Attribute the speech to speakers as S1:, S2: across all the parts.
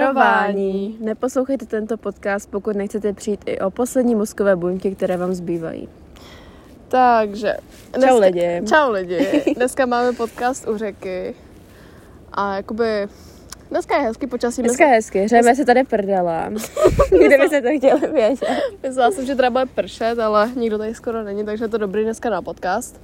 S1: Varování! Neposlouchejte tento podcast, pokud nechcete přijít i o poslední mozkové buňky, které vám zbývají.
S2: Takže.
S1: lidi.
S2: Čau lidi. Dneska máme podcast u řeky. A jakoby... Dneska je hezky počasí.
S1: Dneska je hezky, řeme se tady prdala. Kdyby se to chtěli vědět.
S2: Myslela jsem, že teda bude pršet, ale nikdo tady skoro není, takže je to dobrý dneska na podcast.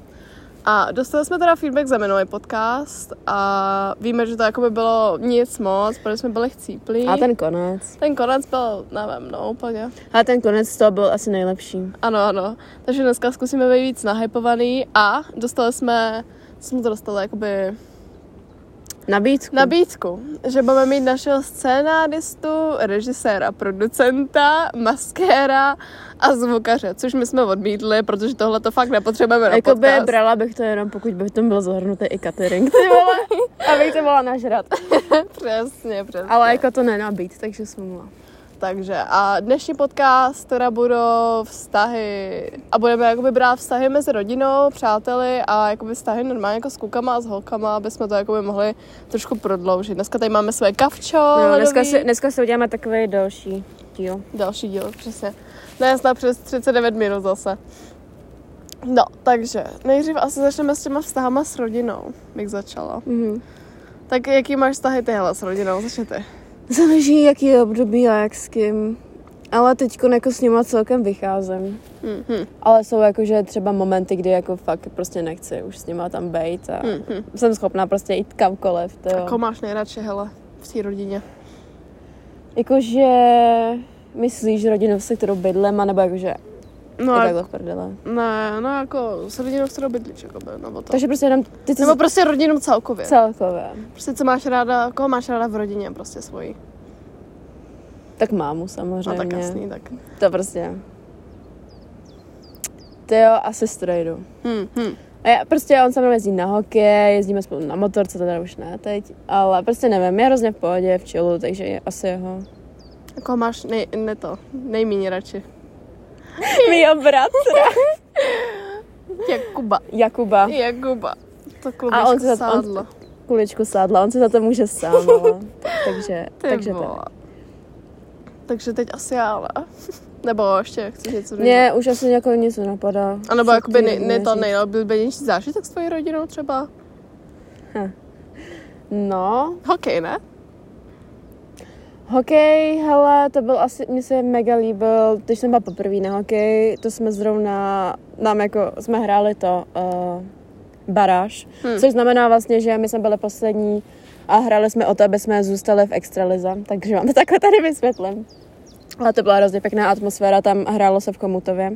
S2: A dostali jsme teda feedback za minulý podcast a víme, že to jakoby bylo nic moc, protože jsme byli chcíplí.
S1: A ten konec.
S2: ten konec byl, nevím, no úplně.
S1: A ten konec to byl asi nejlepší.
S2: Ano, ano. Takže dneska zkusíme být víc nahypovaný a dostali jsme, co jsme to dostali, jakoby
S1: Nabídku.
S2: nabídku, že budeme mít našeho scénáristu, režiséra, producenta, maskéra a zvukaře, což my jsme odmítli, protože tohle to fakt nepotřebujeme na
S1: Jakoby
S2: podcast.
S1: brala bych to jenom, pokud by v tom byl zahrnutý i catering, ty vole, abych to byla nažrat.
S2: přesně, přesně.
S1: Ale jako to nenabít, takže smůla.
S2: Takže a dnešní podcast teda budou vztahy a budeme jakoby brát vztahy mezi rodinou, přáteli a jakoby vztahy normálně jako s klukama a s holkama, aby jsme to jakoby mohli trošku prodloužit. Dneska tady máme své kavčo,
S1: No, dneska,
S2: ledový.
S1: si, dneska si uděláme takový další díl.
S2: Další díl, přesně. Dnes na přes 39 minut zase. No, takže nejdřív asi začneme s těma vztahama s rodinou, bych začala.
S1: Mhm.
S2: Tak jaký máš vztahy tyhle s rodinou? Začni ty.
S1: Záleží, jaký je období a jak s kým. Ale teď jako s nima celkem vycházím.
S2: Mhm.
S1: Ale jsou jakože třeba momenty, kdy jako fakt prostě nechci už s nima tam bejt a
S2: Mhm.
S1: jsem schopná prostě jít kamkoliv, to
S2: Koho
S1: jo.
S2: máš nejradši, hele, v té rodině?
S1: Jakože myslíš rodinu, se kterou bydlem, anebo jakože
S2: No,
S1: no, je
S2: a-
S1: takhle v prdele.
S2: ne, no jako s rodinou, s kterou bydlíš, jakoby, nebo to.
S1: Takže prostě jenom ty, co
S2: Nebo
S1: jsou
S2: prostě rodinu celkově.
S1: celkové.
S2: Prostě co máš ráda, koho máš ráda v rodině prostě svoji.
S1: Tak mámu
S2: No tak
S1: samozřejmě.
S2: jasný, tak.
S1: To prostě. Ty jo, asi strojdu.
S2: Hm, hm.
S1: A já, prostě on se mnou jezdí na hokej, jezdíme spolu na motorce, to teda už ne teď, ale prostě nevím, je hrozně v pohodě, v čilu, takže je asi jeho.
S2: A Koho máš nej, ne to, nejméně radši?
S1: Mýho bratra.
S2: Jakuba.
S1: Jakuba,
S2: Jakuba. To
S1: A on
S2: klubíčko
S1: se za- on-
S2: sádlo.
S1: kuličku sádla, on se za to může sám, ale. Takže,
S2: Ty
S1: takže
S2: vole.
S1: tak.
S2: Takže teď asi já, ale. Nebo ještě chceš něco říct?
S1: Mně už asi jako nic nenapadá.
S2: A nebo
S1: Co
S2: jakoby
S1: ti
S2: ne, ne to
S1: říct?
S2: nejoblíbenější zážitek s tvojí rodinou třeba?
S1: No,
S2: Hokej, ne?
S1: Hokej, hele, to byl asi, mně se mega líbil, když jsem byla poprvé na hokej, to jsme zrovna, nám jako, jsme hráli to, uh, baráž,
S2: Hmm.
S1: hmm. což znamená vlastně, že my jsme byli poslední a hráli jsme o to, aby jsme zůstali v extralize, takže vám to takhle tady vysvětlím. Ale to byla hrozně pěkná atmosféra, tam hrálo se v Komutově.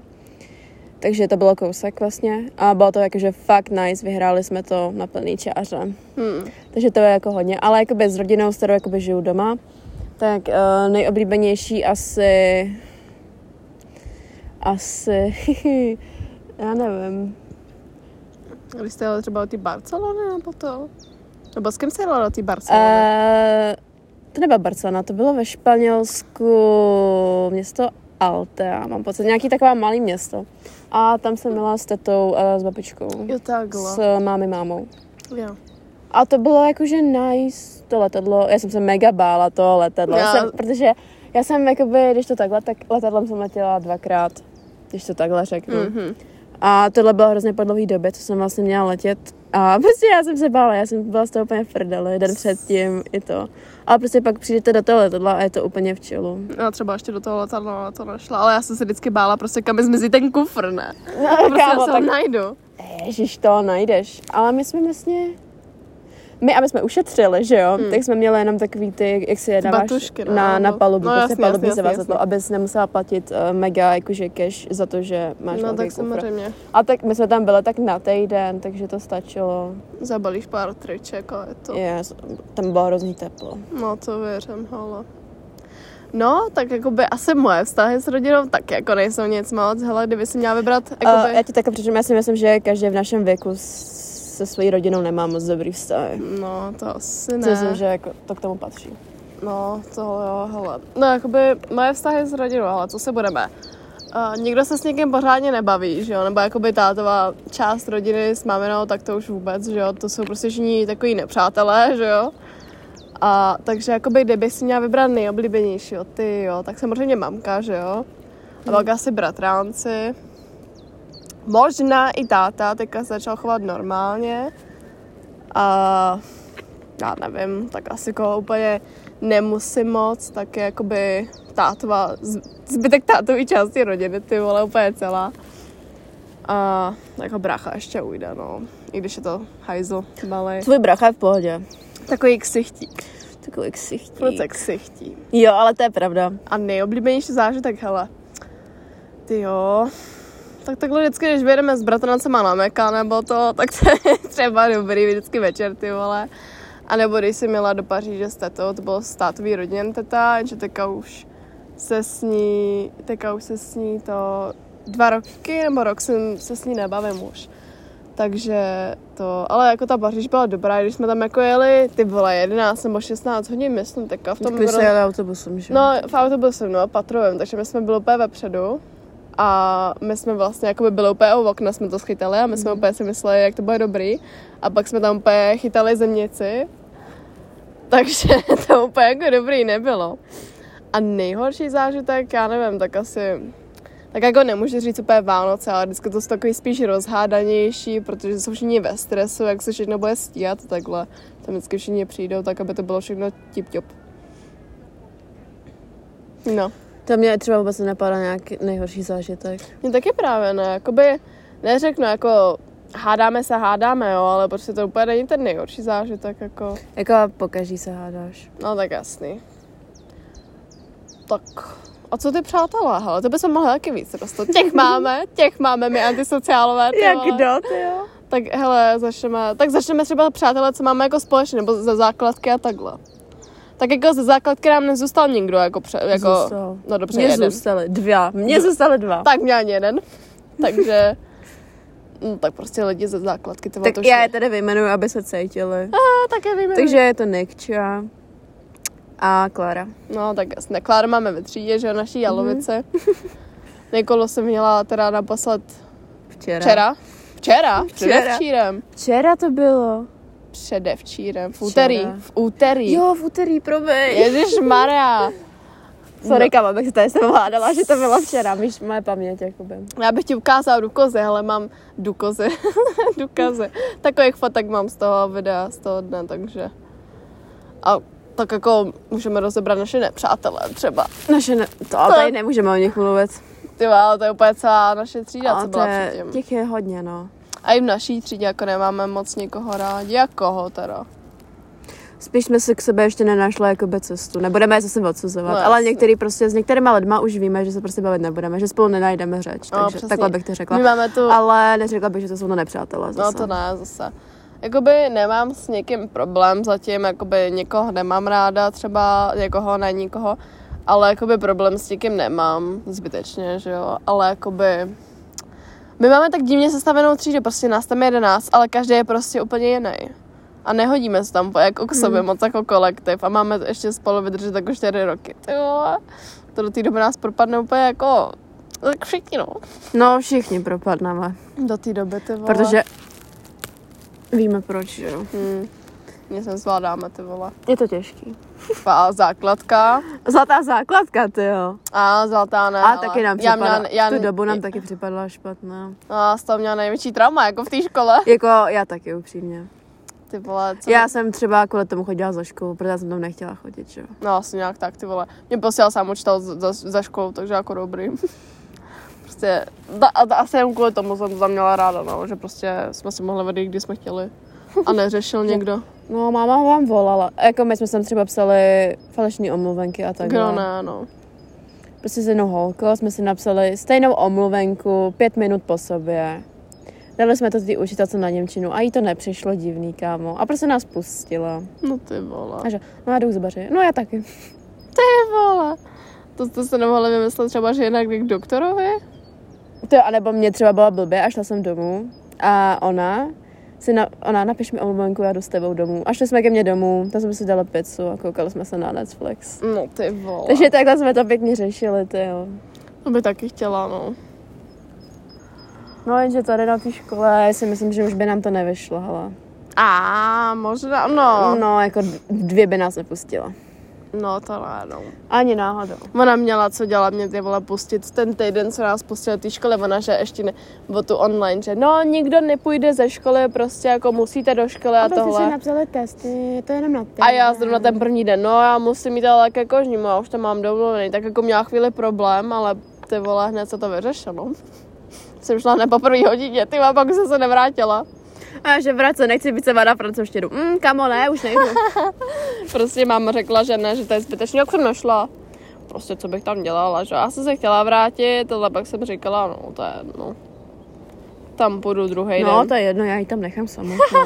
S1: Takže to bylo kousek vlastně a bylo to jakože fakt nice, vyhráli jsme to na plný čáře.
S2: Hm.
S1: Takže to je jako hodně, ale jakoby s rodinou, s kterou jakoby žiju doma, tak uh, nejoblíbenější asi, asi, já nevím,
S2: Když jste jeli třeba do té Barcelony nebo to? Nebo s kým jste jela do té Barcelony?
S1: uh, to nebyla Barcelona, to bylo ve Španělsku, město Altea, mám pocit, nějaký taková malý město. A tam jsem byla s tetou a s babičkou,
S2: jo, takhle.
S1: s eh, mámy mámou.
S2: Jo.
S1: A to bylo jakože nice, to letadlo. Já jsem se mega bála toho letadla,
S2: Já-
S1: já... Jsem, protože já jsem jakoby, když to takhle, tak letadlem jsem letěla dvakrát, když to takhle řeknu. Mm.
S2: Mhm.
S1: A tohle bylo hrozně po dlouhý době, co jsem vlastně měla letět. A prostě já jsem se bála, já jsem byla z toho úplně v prdeli, den předtím i to. Ale prostě pak přijdete do toho letadla a je to úplně v čilu.
S2: Já třeba ještě do toho letadla to nešla, ale já jsem se vždycky bála prostě kam mi zmizí ten kufr, ne?
S1: No,
S2: Prostě já se tak... najdu.
S1: Ježíš, to najdeš. Ale my jsme vlastně... My, aby jsme ušetřili, že jo, hmm. tak jsme měli jenom takový ty, jak si je dáváš
S2: batušky, no,
S1: na, na
S2: no.
S1: palubu,
S2: No,
S1: prostě
S2: jasně,
S1: palubní
S2: jasně, jasně,
S1: zavazadlo,
S2: jasně.
S1: abys nemusela platit uh, mega jakože cash za to, že máš
S2: No
S1: velký
S2: tak
S1: kufr.
S2: samozřejmě.
S1: A tak my jsme tam byli tak na týden, takže to stačilo.
S2: Zabalíš pár triček a je to.
S1: Yes, tam bylo hrozný teplo.
S2: No, to věřím, hele. No, tak jako by asi moje vztahy s rodinou tak jako nejsou nic moc. Hele, kdyby si měla vybrat, jako
S1: Uh, já
S2: by...
S1: ti takhle přečím, já si myslím, že každý v našem věku s- se svojí rodinou nemá moc dobrý vztahy.
S2: No, to asi
S1: Ne. Myslím,
S2: ne.
S1: že jako to k tomu patří.
S2: No, to jo, hele. No, jakoby moje vztahy s rodinou, ale co se budeme? Uh, nikdo se s někým pořádně nebaví, že jo? Nebo jakoby tátová část rodiny s maminou, tak to už vůbec, že jo? To jsou prostě všichni takový nepřátelé, že jo? A takže jakoby, kdyby si měla vybrat nejoblíbenějšího, ty jo, tak samozřejmě mamka, že jo? A pak asi bratránci. Možná i táta, teďka se začal chovat normálně. A já nevím, tak asi koho úplně nemusím moc, tak je jakoby tátva, z- zbytek tátový části rodiny, ty vole, úplně celá. A jako brácha ještě ujde, no. I když je to hajzl malý.
S1: Tvůj bracha je v pohodě.
S2: Takový ksichtík.
S1: Takový ksichtí.
S2: Proto ksichtí.
S1: Jo, ale to je pravda.
S2: A nejoblíbenější zážitek, hele. Ty jo. Tak takhle vždycky, když vyjedeme s bratrancema na Meka nebo to, tak to je třeba dobrý vždycky večer, ty vole. A nebo když jsem měla do Paříže s tetou, to bylo státový rodin teta, že teďka už se s ní, teďka už se s ní to dva roky nebo rok jsem se s ní nebavím už. Takže to, ale jako ta Paříž byla dobrá, i když jsme tam jako jeli, ty vole, 11 nebo 16 hodin, myslím, teďka v tom
S1: Tak vy
S2: roce-
S1: se jeli autobusem, že?
S2: No, v autobusem, no, patrovem, takže my jsme byli úplně vepředu a my jsme vlastně jakoby byli úplně u okna, jsme to schytali a my jsme úplně si mysleli, jak to bude dobrý a pak jsme tam úplně chytali zemnici, takže to úplně jako dobrý nebylo. A nejhorší zážitek, já nevím, tak asi, tak jako nemůžu říct úplně Vánoce, ale vždycky to jsou takový spíš rozhádanější, protože jsou všichni ve stresu, jak se všechno bude stíhat a takhle. Tam vždycky všichni přijdou, tak aby to bylo všechno tip-top. No.
S1: To mě třeba vůbec nenapadá nějaký nejhorší zážitek.
S2: Mně taky právě ne, jakoby neřeknu jako hádáme se, hádáme, jo, ale prostě to úplně není ten nejhorší zážitek, jako,
S1: Jako pokaždý se hádáš.
S2: no tak jasný. Tak, a co ty přátelé, hele, to by se mohla taky víc rostat. Těch máme, těch máme my antisociálové. ty vole.
S1: no, ty jo?
S2: Tak hele, začneme, tak začneme třeba přátelé, co máme jako společně, nebo ze základky a takhle. Tak jako ze základky nám nezůstal nikdo, jako, pře, jako
S1: Zůstal.
S2: no dobře,
S1: Mně
S2: jeden.
S1: zůstaly Prostě dva. Mně zůstaly dva.
S2: Tak mě ani jeden. Takže... No, tak prostě lidi ze základky to
S1: tak
S2: to
S1: já
S2: šlo.
S1: je tady vyjmenuju, aby se cítili.
S2: A, tak je vyjmenuji.
S1: Takže je to Nikča a Klara.
S2: No, tak jasně. Kláru máme ve třídě, že jo,
S1: Mhm.
S2: naší jalovice. Nikolo jsem měla teda naposled
S1: Včera.
S2: včera.
S1: Včera.
S2: Včera? Předevčírem.
S1: Včera to bylo.
S2: Předevčírem. V úterý. V úterý.
S1: Jo, v úterý, promiň.
S2: Ježíš Maria.
S1: Sorry, kama, bych se tady jsem hádala, že to bylo včera. Víš, moje paměť, jakoby.
S2: Já bych ti ukázala dukozy, ale mám dukozy, dukazy. Takových fotek mám z toho videa, z toho dne, takže. A tak jako můžeme rozebrat naše nepřátelé třeba.
S1: Naše No, ne, to, ale tady nemůžeme o nich mluvit.
S2: Ty vole, to je úplně celá naše třída, co
S1: Ale to
S2: byla
S1: je,
S2: předtím.
S1: těch je hodně, no.
S2: A i v naší třídě jako nemáme moc nikoho rádi. Jak koho teda?
S1: Spíš jsme si k sobě ještě nenašli jakoby cestu. Nebudeme je zase odsuzovat,
S2: No,
S1: no, ale
S2: jasně.
S1: některý prostě s některýma lidma už víme, že se prostě bavit nebudeme, že spolu nenajdeme řeč.
S2: No,
S1: takže
S2: přesně.
S1: takhle bych to řekla.
S2: My máme tu...
S1: Ale neřekla bych, že to jsou to nepřátelé.
S2: No
S1: Zase.
S2: to ne, zase. Jakoby nemám s někým problém zatím, jakoby někoho nemám ráda, třeba někoho, ne nikoho, ale jakoby problém s někým nemám, zbytečně, že jo, ale jakoby... My máme tak divně sestavenou třídu, prostě nás tam je jedenáct, ale každý je prostě úplně jiný. A nehodíme se tam po- jako k sobě moc jako kolektiv a máme ještě spolu vydržet jako čtyři roky. Ty vole, to do té doby nás propadne úplně jako tak všichni, no.
S1: no všichni propadneme,
S2: Do té doby, ty vole.
S1: protože víme proč, že jo.
S2: Hmm. Nic nezvládáme, ty vole.
S1: Je to těžký.
S2: A základka.
S1: Zlatá základka, ty jo.
S2: A zlatá ne,
S1: A
S2: ale
S1: taky nám
S2: No, já,
S1: připadla,
S2: měla, já,
S1: v tu dobu nám taky připadla špatná.
S2: A z toho měla největší trauma, jako v té škole.
S1: Jako já taky upřímně.
S2: Ty vole, co?
S1: Já jsem třeba kvůli tomu chodila za školu, protože já jsem tam nechtěla chodit, že jo.
S2: No, asi nějak tak, ty vole. Mě posílal sám učitel za, za, za školu, takže jako dobrý. prostě, da, a, da, asi jen kvůli tomu jsem to tam měla ráda, no, že prostě jsme si mohli vedit, kdy jsme chtěli. A neřešil někdo.
S1: No, máma vám volala. Jako my jsme sem třeba psali falešní omluvenky a tak.
S2: Kdo ne, no.
S1: Prostě s jednou holkou jsme si napsali stejnou omluvenku pět minut po sobě. Dali jsme to tý učitelce na Němčinu a jí to nepřišlo divný, kámo. A prostě nás pustila.
S2: No ty vole.
S1: A že, no já jdu k zubaři. No já taky.
S2: Ty vole. To jste se nemohli vymyslet třeba, že jinak jde k doktorovi?
S1: To jo, anebo mě třeba byla blbě a šla jsem domů. A ona si na, ona, napiš mi omluvenku, já jdu s tebou domů. A šli jsme ke mně domů, tam jsme si dali pizzu a koukali jsme se na Netflix.
S2: No ty vole.
S1: Takže takhle jsme to pěkně řešili, ty jo.
S2: To by taky chtěla, no.
S1: No jenže tady na té škole si myslím, že už by nám to nevyšlo, hele.
S2: A možná, no.
S1: No, jako d- dvě by nás nepustila.
S2: No, to ne, no.
S1: Ani náhodou.
S2: Ona měla co dělat, mě ty vole pustit ten týden, co nás pustila ty školy, ona, že ještě ne, o tu online, že no, nikdo nepůjde ze školy, prostě jako musíte do školy a,
S1: A prostě si
S2: tohle.
S1: napsali testy, to je jenom na ty.
S2: A já zrovna ten první den, no já musím jít ale ke kožnímu, no, já už to mám domluvený, tak jako měla chvíli problém, ale ty vole, hned se to vyřešilo. Jsem šla na poprvé hodině, ty a pak jsem se nevrátila.
S1: A že vrace, nechci být se vada francouzštinu. Mm, kamo, ne, už nejdu.
S2: Prostě máma řekla, že ne, že to je zbytečné, jak jsem nešla. Prostě co bych tam dělala, že já jsem se chtěla vrátit, ale pak jsem říkala, no to je, no. Tam půjdu druhý
S1: no,
S2: den.
S1: to je jedno, já ji tam nechám samotnou.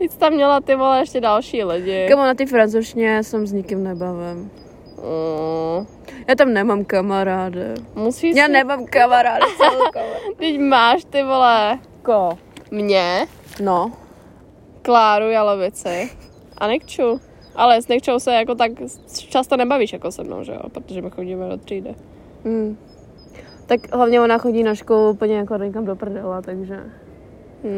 S2: Nic tam měla ty vole ještě další lidi.
S1: Kamo, na ty francouzštině jsem s nikým nebavím.
S2: Mm,
S1: Já tam nemám kamaráde.
S2: musíš
S1: Já
S2: si-
S1: nemám kamaráde celkově.
S2: Teď máš ty vole
S1: Ko?
S2: mě,
S1: No.
S2: Kláru Jalovici a Nikču. Ale s Nikčou se jako tak často nebavíš jako se mnou, že jo? Protože my chodíme do třídy.
S1: Mm. Tak hlavně ona chodí na školu úplně jako někam do prdela, takže...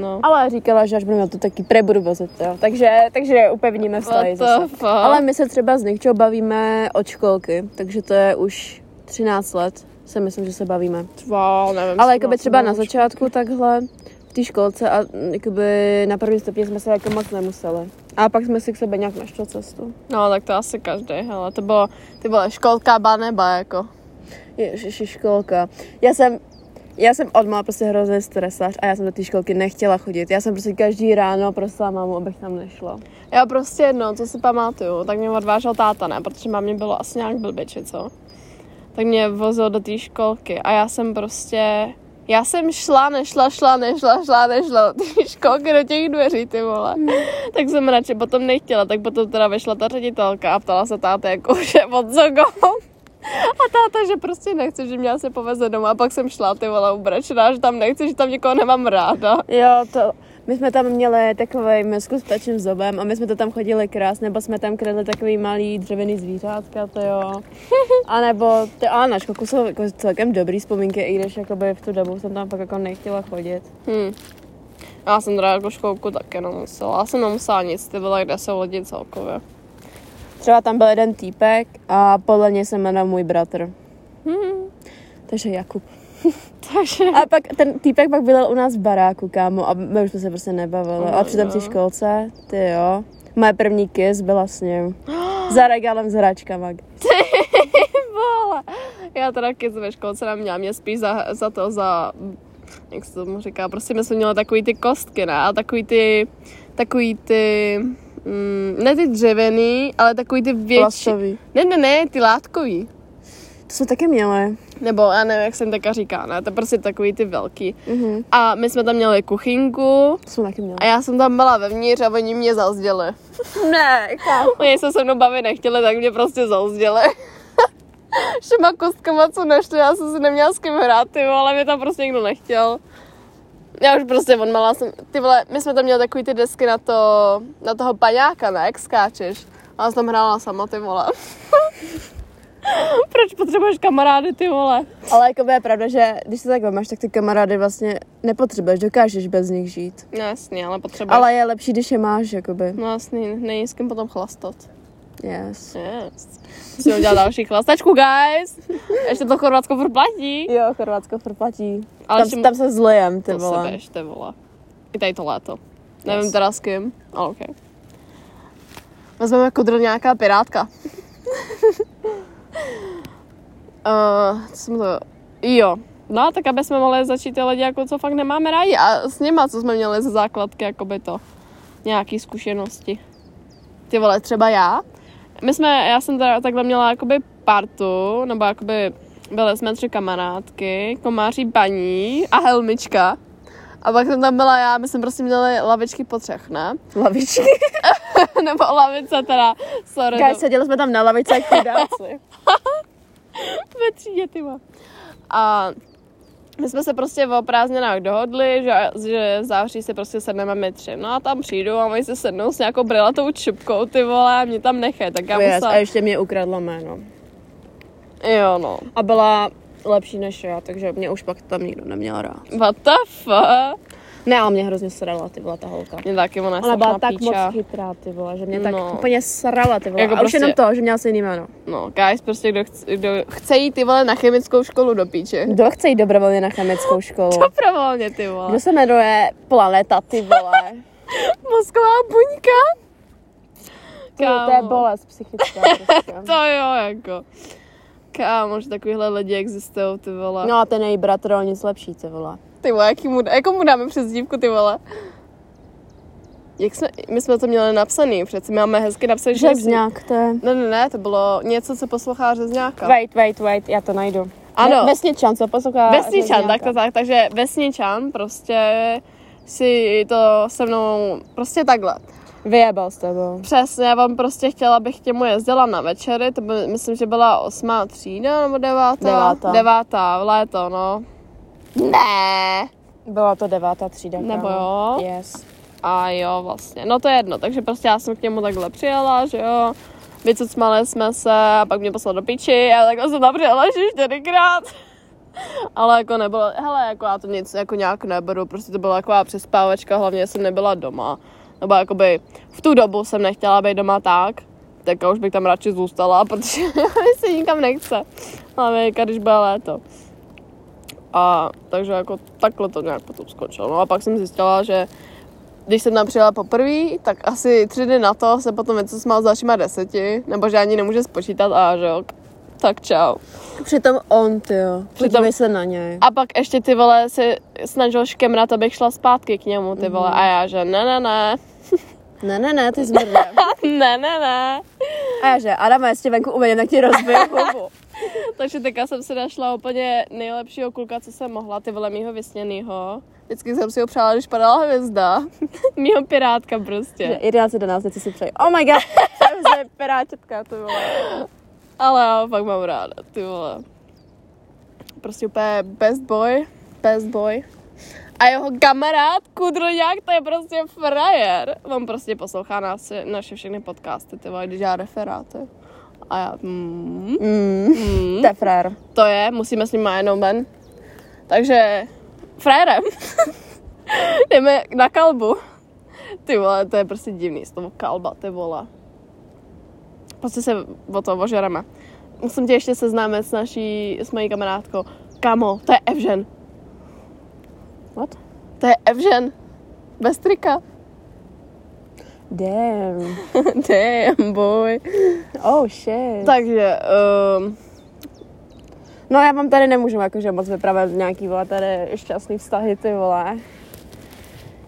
S2: No.
S1: Ale říkala, že až budeme to taky pre, budu vozit, jo. Takže, takže upevníme vztahy
S2: What
S1: zase.
S2: the fuck?
S1: Ale my se třeba s Nikčou bavíme od školky, takže to je už 13 let, si myslím, že se bavíme.
S2: Wow, nevím,
S1: Ale
S2: co
S1: jakoby
S2: mám
S1: třeba
S2: s
S1: na
S2: sebou.
S1: začátku takhle v té školce a mm, jakoby na prvním stupni jsme se jako moc nemuseli. A pak jsme si k sebe nějak našli cestu.
S2: No, tak to asi každý, hele, to bylo, ty vole, školka baneba, jako.
S1: Ježiši, školka. Já jsem, já jsem odmala prostě hrozný stresař a já jsem do té školky nechtěla chodit. Já jsem prostě každý ráno prosila mámu, abych tam nešla.
S2: Já prostě jedno, co si pamatuju, tak mě odvážel táta, ne, protože mě bylo asi nějak blbě, či co. Tak mě vozil do té školky a já jsem prostě, já jsem šla, nešla, šla, nešla, šla, nešla do té školky, do těch dveří, ty vole. Tak jsem radši potom nechtěla, tak potom teda vyšla ta ředitelka a ptala se táta, jako, že od co go. A táta, že prostě nechce, že mě asi poveze domů. A pak jsem šla, ty vole, ubračená, že tam nechci, že tam někoho nemám ráda.
S1: Jo, to... My jsme tam měli takový mesku s ptačím zobem a my jsme to tam chodili krás, nebo jsme tam kresli takový malý dřevěný zvířátka, to jo. A nebo, ty, a na školku jsou jako celkem dobrý vzpomínky, i když jakoby v tu dobu jsem tam pak jako nechtěla chodit.
S2: Hm. Já jsem teda jako školku taky nemusela. Já jsem nemusela nic, ty byla kde se lidi celkově.
S1: Třeba tam byl jeden týpek a podle něj se jmenoval můj bratr. Takže Jakub.
S2: Takže...
S1: A pak ten týpek pak byl u nás v baráku, kámo, a my už jsme se prostě nebavili.
S2: No,
S1: A přitom v té
S2: jo.
S1: školce, ty jo. Moje první kiss byla s ním. Za regálem s hračkama.
S2: Vole. Já teda kids ve školce neměla, mě spíš za, za to, za... Jak se tomu říká, prostě my jsme měli takový ty kostky, ne? A takový ty... Takový ty... Mm, ne ty dřevěný, ale takový ty větší...
S1: Plastový.
S2: Ne, ne, ne, ty látkový.
S1: To jsme taky měli.
S2: Nebo já nevím, jak jsem taká říká, ne? To prostě takový ty velký.
S1: Mhm.
S2: A my jsme tam měli kuchynku,
S1: To jsme taky měli.
S2: A já jsem tam byla vevnitř a oni mě zazděli.
S1: Ne, kámo.
S2: Oni se se mnou bavit nechtěli, tak mě prostě zazděli. Všema kostkama, co našli, já jsem si neměla s kým hrát, ty vole, ale mě tam prostě nikdo nechtěl. Já už prostě od malá jsem, ty vole, my jsme tam měli takový ty desky na to, na toho paňáka, ne, jak skáčeš. A já jsem tam hrála sama, ty vole. Proč potřebuješ kamarády, ty vole?
S1: Ale jako je pravda, že když se tak máš, tak ty kamarády vlastně nepotřebuješ, dokážeš bez nich žít.
S2: No jasný, ale potřebuješ.
S1: Ale je lepší, když je máš, jakoby.
S2: No jasný, není s kým potom chlastat.
S1: Yes.
S2: Yes. Musíme udělat další chlastačku, guys. Ještě to Chorvatsko furt platí.
S1: Jo, Chorvatsko proplatí.
S2: Ale
S1: tam,
S2: ještě mu-
S1: tam se zlejem, ty
S2: To se
S1: vole.
S2: běž, ty vole. I tady to léto. Nevím teda s kým, ale OK. Vezmeme kudr nějaká pirátka. uh, co jsme to... Jo. No, tak aby jsme mohli začít ty lidi, jako co fakt nemáme rádi. A s nima, co jsme měli ze základky, jako by to. Nějaký zkušenosti. Ty vole, třeba já. My jsme, já jsem teda takhle měla jakoby partu, nebo jakoby byly jsme tři kamarádky, komáří paní a helmička. A pak jsem tam byla já, my jsme prostě měli lavičky po třech, ne?
S1: Lavičky.
S2: nebo lavice teda, sorry.
S1: Guys,
S2: no,
S1: seděli jsme tam na lavici jak chudáci.
S2: ve třídě, ty vole. A my jsme se prostě o prázdninách dohodli, že, že v září si prostě sedneme my tři. No a tam přijdu a oni se sednou s nějakou brilatou čipkou, ty vole, a mě tam nechají. Tak já
S1: Yes, a
S2: musela...
S1: ještě mě ukradla jméno.
S2: Jo, no.
S1: A byla lepší než já, takže mě už pak tam nikdo neměl rád.
S2: What the fuck?
S1: Ne, ale mě hrozně srala, ty byla ta holka.
S2: Mě taky, ona, je
S1: Ona byla
S2: strašná
S1: tak
S2: píča.
S1: moc chytrá, ty vole, že mě tak
S2: No.
S1: úplně srala, ty vole.
S2: Jako
S1: Jako a prostě...
S2: prostě-
S1: už jenom to, že měla stejný jméno.
S2: No, guys, prostě kdo chce, kdo chce jít ty vole na chemickou školu do píče.
S1: Kdo chce jít dobrovolně na chemickou školu?
S2: Dobrovolně ty vole.
S1: Kdo se jmenuje Planeta, ty vole?
S2: Mozková buňka?
S1: Ty, to je bolest psychická. Prostě.
S2: To jo, jako. Kámo, že takovýhle lidi existují, ty vole. No.
S1: No a ten její bratr, o nic lepší, ty vole.
S2: Ty vole, jaký mu, jako mu dáme přes dívku, ty vole. Jak jsme, my jsme to měli napsaný, přece my máme hezky napsaný. že- No,
S1: Řezňák, to je...
S2: Ne, ne, ne, to bylo něco, co poslouchá Řezňáka.
S1: Wait, wait, wait, já to najdu.
S2: Ano.
S1: Ve- Vesničan, co poslouchá
S2: Vesničan, tak
S1: Řezňáka.
S2: to tak, takže vesničan prostě si to se mnou prostě takhle.
S1: Vyjebal s tebou.
S2: Přesně, já vám prostě chtěla, abych k němu jezdila na večery, to by, myslím, že byla osmá třída nebo devátá.
S1: Devátá.
S2: Devátá, v léto, no. Ne.
S1: Byla to devátá třída. kámo.
S2: Nebo jo?
S1: Yes.
S2: A jo, vlastně, no to je jedno, takže prostě já jsem k němu takhle přijela, že jo. Vycucmali jsme se a pak mě poslal do piči a takhle jsem tam přijela ještě čtyřikrát. Ale jako nebylo, hele, jako já to nic jako nějak neberu, prostě to byla taková přespávačka, hlavně jsem nebyla doma. Nebo jakoby v tu dobu jsem nechtěla být doma tak, tak už bych tam radši zůstala, protože mi se nikam nechce. Hlavně, když bylo léto. A takže jako takhle to nějak potom skončilo. No a pak jsem zjistila, že když jsem tam přijela poprvé, tak asi tři dny na to se potom něco smál s dalšíma deseti, nebo že ani nemůže spočítat a že jo, tak čau.
S1: Přitom on, ty jo. Přitom...
S2: Podívej
S1: se na něj.
S2: A pak ještě ty vole se snažil škemrat, abych šla zpátky k němu, ty vole, a já že ne, ne, ne,
S1: Ne, ne, ne, ty zmrdá.
S2: ne, ne, ne.
S1: A já že, Adama, jestli tě venku uvidím, tak ti rozbiju hubu.
S2: Takže teďka jsem si našla úplně nejlepšího kluka, co jsem mohla, ty vole mýho vysněnýho. Vždycky jsem si ho přála, když padala hvězda. mýho pirátka prostě.
S1: Že 11, 11, něco si přeji. Oh my god, jsem se piráčetka, to bylo.
S2: Ale já ho fakt mám ráda, ty vole. Prostě úplně best boy, best boy. A jeho kamarád Kudroňák, to je prostě frajer. On prostě poslouchá nás, naše všechny podcasty, ty vole, když já referáty. A já, mm,
S1: Mm.
S2: mm,
S1: To je frér.
S2: to je, musíme s ním má jenom ven. Takže, frérem. Jdeme na kalbu. Ty vole, to je prostě divný slovo kalba, ty vole. Prostě se o to ožereme. Musím tě ještě seznámit s naší, s mojí kamarádkou. Kamo, to je Evžen.
S1: What?
S2: To je Evžen. Bez trika.
S1: Damn.
S2: Damn, boy.
S1: Oh shit.
S2: Takže, um,
S1: No já vám tady nemůžu jakože moc vyprávět nějaký, vole, tady šťastný vztahy, ty vole.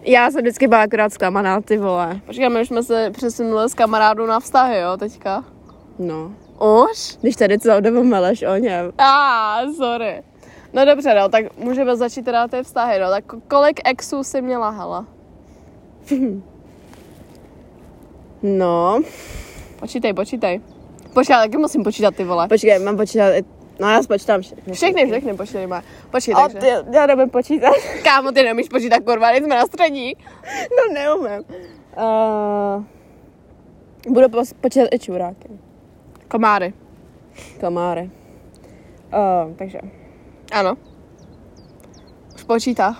S1: Já jsem vždycky byla akorát zklamaná, ty vole.
S2: počkej, my už jsme se přesunuli z kamarádu na vztahy, jo, teďka.
S1: No.
S2: Už?
S1: Když tady celou dobu meleš o něm.
S2: A, ah, sorry. No dobře, no, tak můžeme začít teda ty vztahy, no. Tak kolik exů jsi měla, hele?
S1: No.
S2: Počítej, počítej. Počkej, já taky musím počítat ty vole.
S1: Počkej, mám počítat, i- no já spočítám všechny.
S2: Všechny, všechny počítej, má. Počkej,
S1: A
S2: takže.
S1: ty, já neumím počítat.
S2: Kámo, ty neumíš počítat, kurva, nejsme na střední.
S1: no neumím. Uh, budu pos- počítat i čuráky.
S2: Komáry.
S1: Komáry. Uh, takže.
S2: Ano. Už počítá.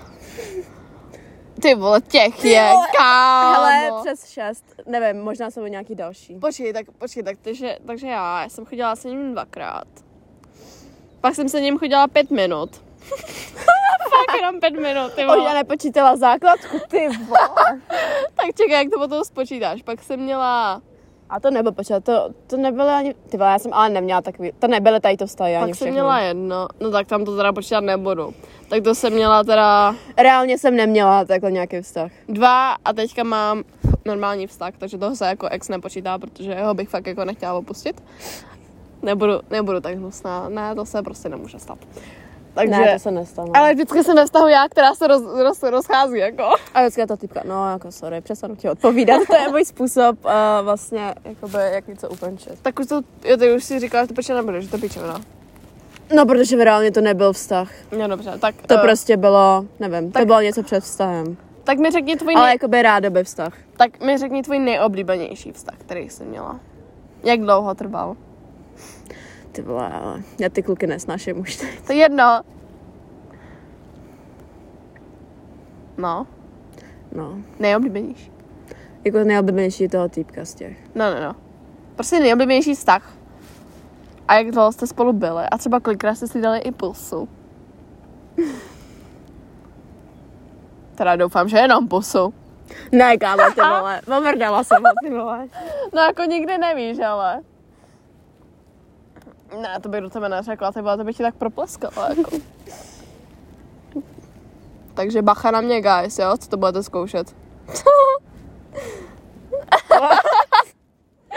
S2: Ty vole, těch je,
S1: vole,
S2: kámo.
S1: Hele, přes šest, nevím, možná jsou nějaký další.
S2: Počkej, tak počkej, tak, takže, takže já, já jsem chodila s ním dvakrát. Pak jsem se ním chodila pět minut. Fakt jenom pět minut, ty
S1: Oh, já
S2: vole.
S1: nepočítala základku, ty vole.
S2: Tak čekaj, jak to potom spočítáš. Pak jsem měla,
S1: A to nebyl počítat, to, to nebyly ani, ty vole, já jsem ale neměla takový, to nebyly tady to vztahy ani
S2: pak jsem
S1: všechno.
S2: měla jedno, no tak tam to teda počítat nebudu. Tak to jsem měla teda
S1: Reálně jsem neměla takhle nějaký vztah.
S2: dva a teďka mám normální vztah, takže toho se jako ex nepočítá, protože ho bych fakt jako nechtěla opustit. Nebudu, nebudu tak hnusná, ne, to se prostě nemůže stát. Takže...
S1: Ne, to se nestane.
S2: Ale vždycky jsem ve vztahu já, která se roz, roz, rozchází, jako.
S1: A vždycky je ta typka, no jako sorry, přestanu ti odpovídat, to je můj způsob uh, vlastně, jakoby, jak něco ukončit.
S2: Tak už to, jo, ty už si říkala, že to počítá nebude, že to píčovina.
S1: No, protože reálně to nebyl vztah.
S2: No dobře, tak,
S1: To
S2: eh,
S1: prostě bylo, nevím, tak...
S2: tak-
S1: to bylo něco před vztahem.
S2: tak, mi řekni tvůj
S1: Ale
S2: nej,
S1: jakoby rádoby vztah.
S2: tak mi řekni tvůj nejoblíbenější vztah, který jsi měla. Jak dlouho trval?
S1: Ty vole, ale já ty kluky nesnáším už.
S2: To je jedno. No.
S1: no.
S2: Nejoblíbenější.
S1: Jako nejoblíbenější toho týpka z těch.
S2: No, no, no. Prostě nejoblíbenější vztah. A jak dlouho jste spolu byli? A třeba kolikrát jste si dali i pusu? Teda doufám, že jenom pusu.
S1: Ne, kámo, ty vole. Omrdala jsem ho, ty vole.
S2: No jako nikdy nevíš, ale. Ne, to bych do tebe neřekla, ty vole, to bych ti tak propleskala, jako. Takže bacha na mě, guys, jo, co to budete zkoušet.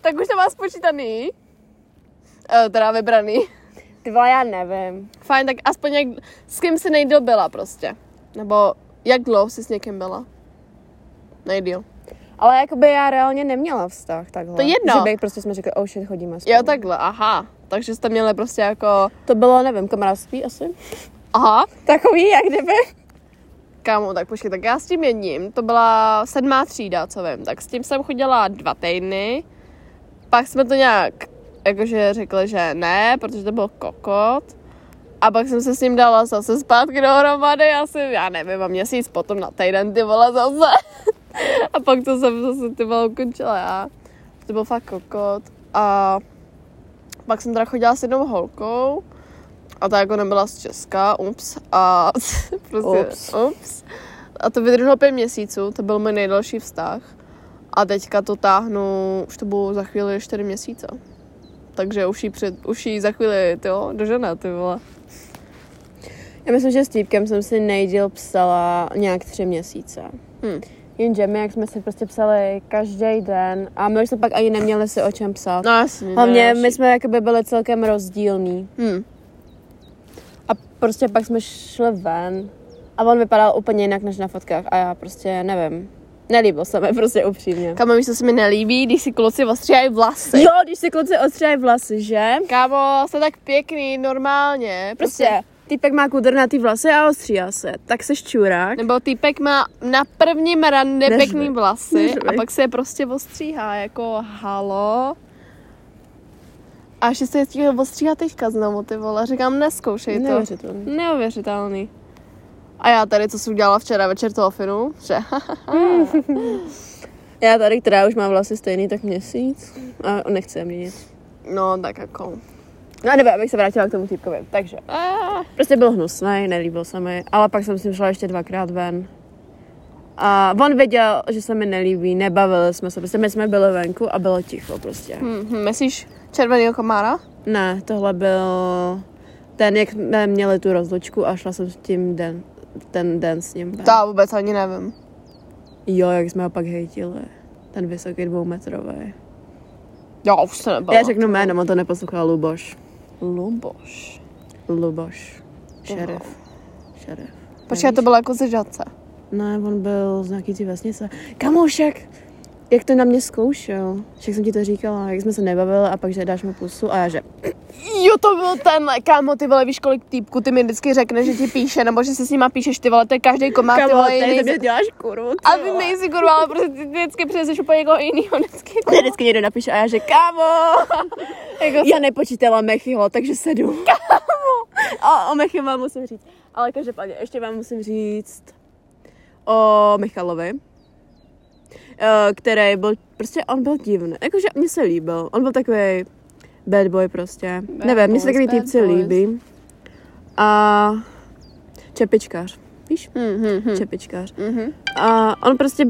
S2: tak už to má spočítaný. E, teda vybraný.
S1: Ty vole, já nevím.
S2: Fajn, tak aspoň jak, s kým si nejdýl byla prostě. Nebo jak dlouho jsi s někým byla? Nejdýl.
S1: Ale jakoby já reálně neměla vztah takhle.
S2: To je jedno.
S1: Že bych prostě jsme řekli, oh shit, chodíme spolu.
S2: Jo, takhle, aha. Takže jste měli prostě jako,
S1: To bylo, nevím, kamarádství asi.
S2: aha,
S1: Takový, jak kdyby.
S2: kámo, tak počkej, tak já s tím jedním, to byla sedmá třída, co vím, tak s tím jsem chodila dva týdny, pak jsme to nějak, jakože řekli, že ne, protože to byl kokot, a pak jsem se s ním dala zase zpátky dohromady, asi, já nevím, a měsíc potom na týden, ty vole, zase. a pak to jsem zase, ty vole, ukončila já. To byl fakt kokot. A pak jsem teda chodila s jednou holkou, a ta jako nebyla z Česka, ups, a prostě,
S1: Ups.
S2: ups. ups. A to vydrželo pět měsíců, to byl můj nejdelší vztah. A teďka to táhnu, už to budou za chvíli čtyři měsíce. Takže už jí, před, už jí za chvíli, ty jo, dožena, ty vole.
S1: Já myslím, že s týpkem jsem si nejdíl psala nějak tři měsíce.
S2: Hm.
S1: Jenže my, jak jsme si prostě psali každý den a my už jsme pak ani neměli si o čem psát.
S2: No jasně.
S1: Hlavně
S2: no,
S1: my jsme jakoby byli celkem rozdílní.
S2: Hm.
S1: A prostě pak jsme šli ven a on vypadal úplně jinak než na fotkách a já prostě nevím. Nelíbil se mi prostě upřímně.
S2: Kámo, víš, co se mi nelíbí, když si kluci ostříhají vlasy.
S1: Jo, když si kluci ostříhají vlasy, že?
S2: Kámo, jste tak pěkný, normálně.
S1: Prostě týpek má kudrnatý vlasy a ostříhá se, tak se čurák.
S2: Nebo týpek má na prvním rande
S1: Neřvi.
S2: pěkný vlasy
S1: Neřvi.
S2: a pak se je prostě ostříhá, jako halo. A ještě se je tím ostříhá teďka znovu, ty vole. Říkám, neskoušej to.
S1: Neuvěřitelný.
S2: Neuvěřitelný. A já tady, co jsem udělala včera večer toho finu, že
S1: Já tady, která už má vlasy stejný, tak měsíc a nechci je měnit.
S2: no tak jako.
S1: No nebo abych se vrátila k tomu týpkovi. Takže
S2: Ah.
S1: prostě byl hnusný, nelíbil se mi, ale pak jsem s ním šla ještě dvakrát ven. A on věděl, že se mi nelíbí, nebavili jsme se, prostě my jsme byli venku a bylo ticho prostě.
S2: Mm-hmm. Myslíš červeného komára?
S1: Ne, tohle byl ten, jak jsme měli tu rozlučku a šla jsem s tím den, ten den s ním ven.
S2: To já vůbec ani nevím.
S1: Jo, jak jsme ho pak hejtili. Ten vysoký dvoumetrový.
S2: Já už se nebavím.
S1: Já řeknu jméno, on to neposlouchá, Luboš.
S2: Luboš.
S1: Luboš. Šerif. Šerif.
S2: Počkej, to bylo jako ze žadce.
S1: Ne, on byl z nějaký ty vesnice. Kamošek! Jak to na mě zkoušel? Však jsem ti to říkala, jak jsme se nebavili a pak, že dáš mu pusu a já, že
S2: Jo, to byl ten, kámo, ty vole, víš kolik týpku, ty mi vždycky řekne, že ti píše, nebo že si s nima píšeš, ty vole, to je každý komár, ty vole,
S1: tady ze
S2: jiný.
S1: mě děláš kurvu, ty
S2: A ty
S1: vole.
S2: nejsi kurva, ale prostě ty vždycky přineseš úplně někoho jinýho, vždycky.
S1: Mě vždycky někdo napíše a já, že kámo!
S2: Jako,
S1: Já nepočítala Mechyho, takže sedu. A o Mechy vám musím říct. Ale každopádně, ještě vám musím říct o Michalovi, eh, který byl, prostě on byl divný. Jakože mně se líbil. On byl takový bad boy prostě.
S2: Bad
S1: Nevím, mně se
S2: boys,
S1: takový
S2: bad
S1: týpci
S2: boys.
S1: líbí. A čepičkář, víš?
S2: mhm, mhm,
S1: Čepičkář.
S2: mhm.
S1: A on prostě,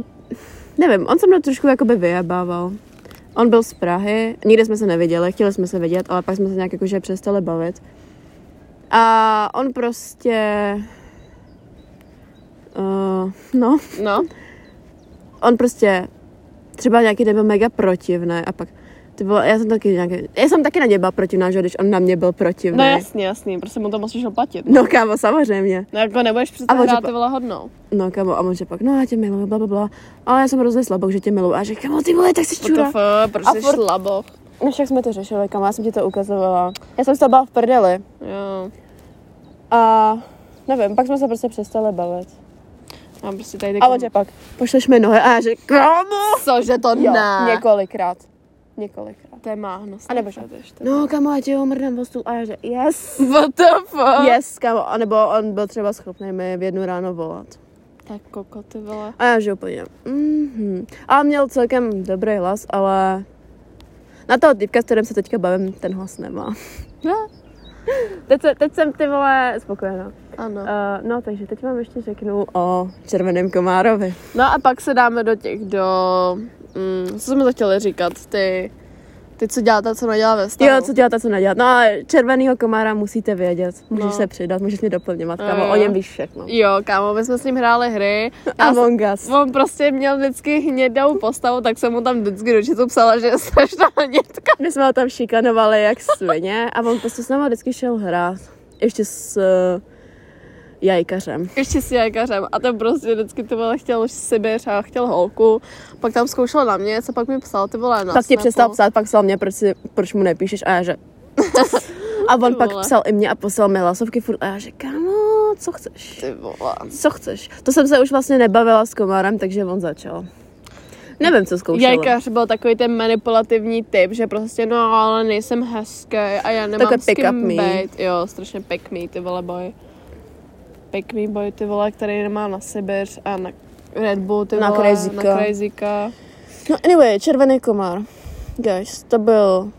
S1: nevím, on se mnou trošku jakoby vyjebával. On byl z Prahy, nikde jsme se neviděli, chtěli jsme se vidět, ale pak jsme se nějak jakože přestali bavit. A on prostě... Uh, no,
S2: No,
S1: on prostě třeba nějaký den byl mega protivný a pak ty vole, já jsem taky nějaký, já jsem taky na něj byla protivná, že jo, když on na mě byl protivný.
S2: no jasně, jasně, prostě mu to musíš oplatit.
S1: no kámo, samozřejmě.
S2: No jako nebudeš
S1: A
S2: přece
S1: on
S2: hrát,
S1: řekl-
S2: ty vole, hodnou.
S1: No kámo, a on že pak, no já tě miluji, bla, bla, bla. Ale já jsem hrozně slabok, že tě miluji. A já že kámo, ty vole, tak jsi čura.
S2: WTF, proč prostě jsi
S1: furt-
S2: šlaboch.
S1: No však jsme to řešili, kam já jsem ti to ukazovala. Já jsem se bavila v prdeli.
S2: Jo.
S1: A nevím, pak jsme se prostě přestali bavit.
S2: A prostě tady
S1: A on že pak, pošleš mi nohy a já že kámo.
S2: Cože to
S1: Jo,
S2: ne.
S1: několikrát. Několikrát.
S2: To je máhnost.
S1: A nebo že-
S2: ještě.
S1: No kámo, já tě ho mrdám vostu a já že yes.
S2: What the fuck?
S1: Yes, kámo, a nebo on byl třeba schopný mi v jednu ráno volat.
S2: Tak koko, ty vole.
S1: A já, že úplně. Mm-hmm. A měl celkem dobrý hlas, ale na toho typka, s kterým se teďka bavím, ten hlas nemá.
S2: Ne?
S1: Teď, se, teď jsem ty vole spokojená.
S2: Ano.
S1: Uh, no, takže teď vám ještě řeknu No. o červeném komárovi.
S2: No a pak se dáme do těch, do... Mm, co jsme to chtěli říkat? Ty, ty co děláte, co nedělá ve stavu.
S1: Jo, co dělat a co nedělat. No a červenýho komára musíte vědět. Můžeš
S2: No.
S1: no. Eh. se přidat, můžeš mě doplňovat,
S2: Jo,
S1: kámo,
S2: jo.
S1: o něm víš všechno.
S2: Jo, kámo, my jsme s ním hráli hry. Já jsem-
S1: Among Us.
S2: On prostě měl vždycky hnědou postavu, tak jsem mu tam vždycky do četu psala, že je strašná hnědka.
S1: My jsme ho tam šikanovali jak svině a on prostě s náma vždycky šel hrát. Ještě s uh, jajkařem.
S2: Ještě s jakařem a ten prostě vždycky ty vole chtěl Sibiř a chtěl holku. Pak tam zkoušel na mě, co pak mi psal ty vole na
S1: pak ti
S2: Snapu.
S1: přestal psát, pak psal mě, proč, si, proč mu nepíšeš a já že... A on
S2: Ty
S1: pak
S2: vole.
S1: psal i mě a poslal mi hlasovky furt a já že kámo, co chceš?
S2: Ty vole.
S1: Co chceš? To jsem se už vlastně nebavila s komárem, takže on začal. Nevím, co zkoušel.
S2: Jajkař byl takový ten manipulativní typ, že prostě no, ale nejsem hezký a já nemám
S1: Takový
S2: s
S1: pick
S2: kým
S1: up me.
S2: bejt. Jo, strašně pick me, ty vole boy. Pick me boy, ty vole, který nemá na Sibir a na Red Bull, ty
S1: Na
S2: vole,
S1: crazyka.
S2: na crazyka.
S1: No anyway, červený komár. Guys, to byl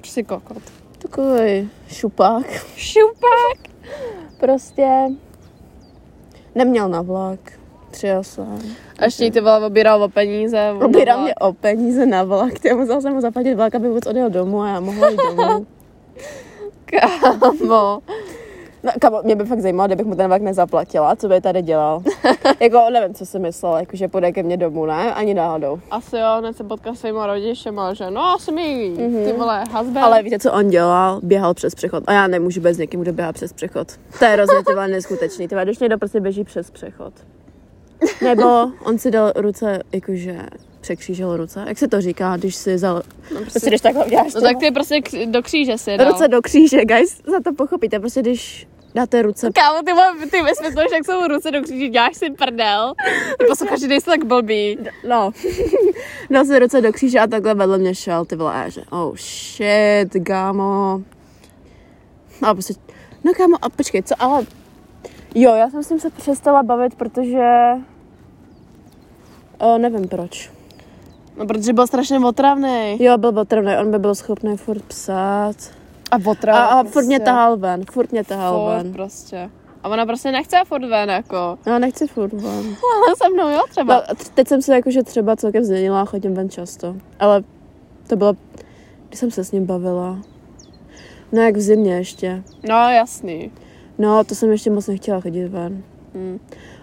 S2: Prostě kokot.
S1: takový šupák.
S2: Šupak!
S1: Prostě neměl na vlak. Přijel jsem.
S2: A ještě ty vole obíral o peníze. o
S1: Obíral
S2: nová-
S1: mě o peníze na vlak. Já musela jsem mu zaplatit vlak, aby vůbec odjel domů a já mohla jít domů.
S2: Kámo.
S1: No, kamo, mě by fakt zajímalo, kdybych mu ten vlak nezaplatila, co by tady dělal. jako, nevím, co si myslel, jako, že půjde ke mně domů, ne? Ani náhodou.
S2: Asi jo, hned se potká s svýma rodičema, že no asi mi, mm-hmm. ty vole, husband.
S1: Mhm. Ale víte, co on dělal? Běhal přes přechod. A já nemůžu bez někým, kdo běhá přes přechod. To je hrozně tyhle neskutečný. Tyhle, když někdo prostě běží přes přechod. Nebo on si dal ruce, jakože překřížil ruce. Jak se to říká, když si zal...
S2: no, prostě,
S1: Prostě když takhle uděláš
S2: no tak ty prostě kři- do kříže si dal.
S1: ruce do kříže, guys, za to pochopíte. Prostě když dáte ruce
S2: Kámo, ty, vole, ty ve světlu, jak jsou ruce do kříže, děláš si prdel. Ty posluchači nejsou tak blbý.
S1: No, dal si ruce do kříže a takhle vedle mě šel ty vole a já že oh shit, gámo. A prostě, no kámo, a počkej, co, ale jo, já jsem s ním se přestala bavit, protože o, nevím proč.
S2: No, protože byl strašně otravný.
S1: Jo, byl otravný, on by byl schopný furt psát.
S2: A otravný.
S1: A, a furt mě tahal ven, furt mě tahal ven.
S2: prostě. A ona prostě nechce furt ven, jako.
S1: No, nechci furt ven.
S2: Ale se mnou, jo, třeba.
S1: No, a tř- teď jsem se jakože třeba celkem změnila a chodím ven často. Ale to bylo, když jsem se s ním bavila. No jak v zimě ještě.
S2: No, jasný.
S1: No, to jsem ještě moc nechtěla chodit ven.
S2: Hmm.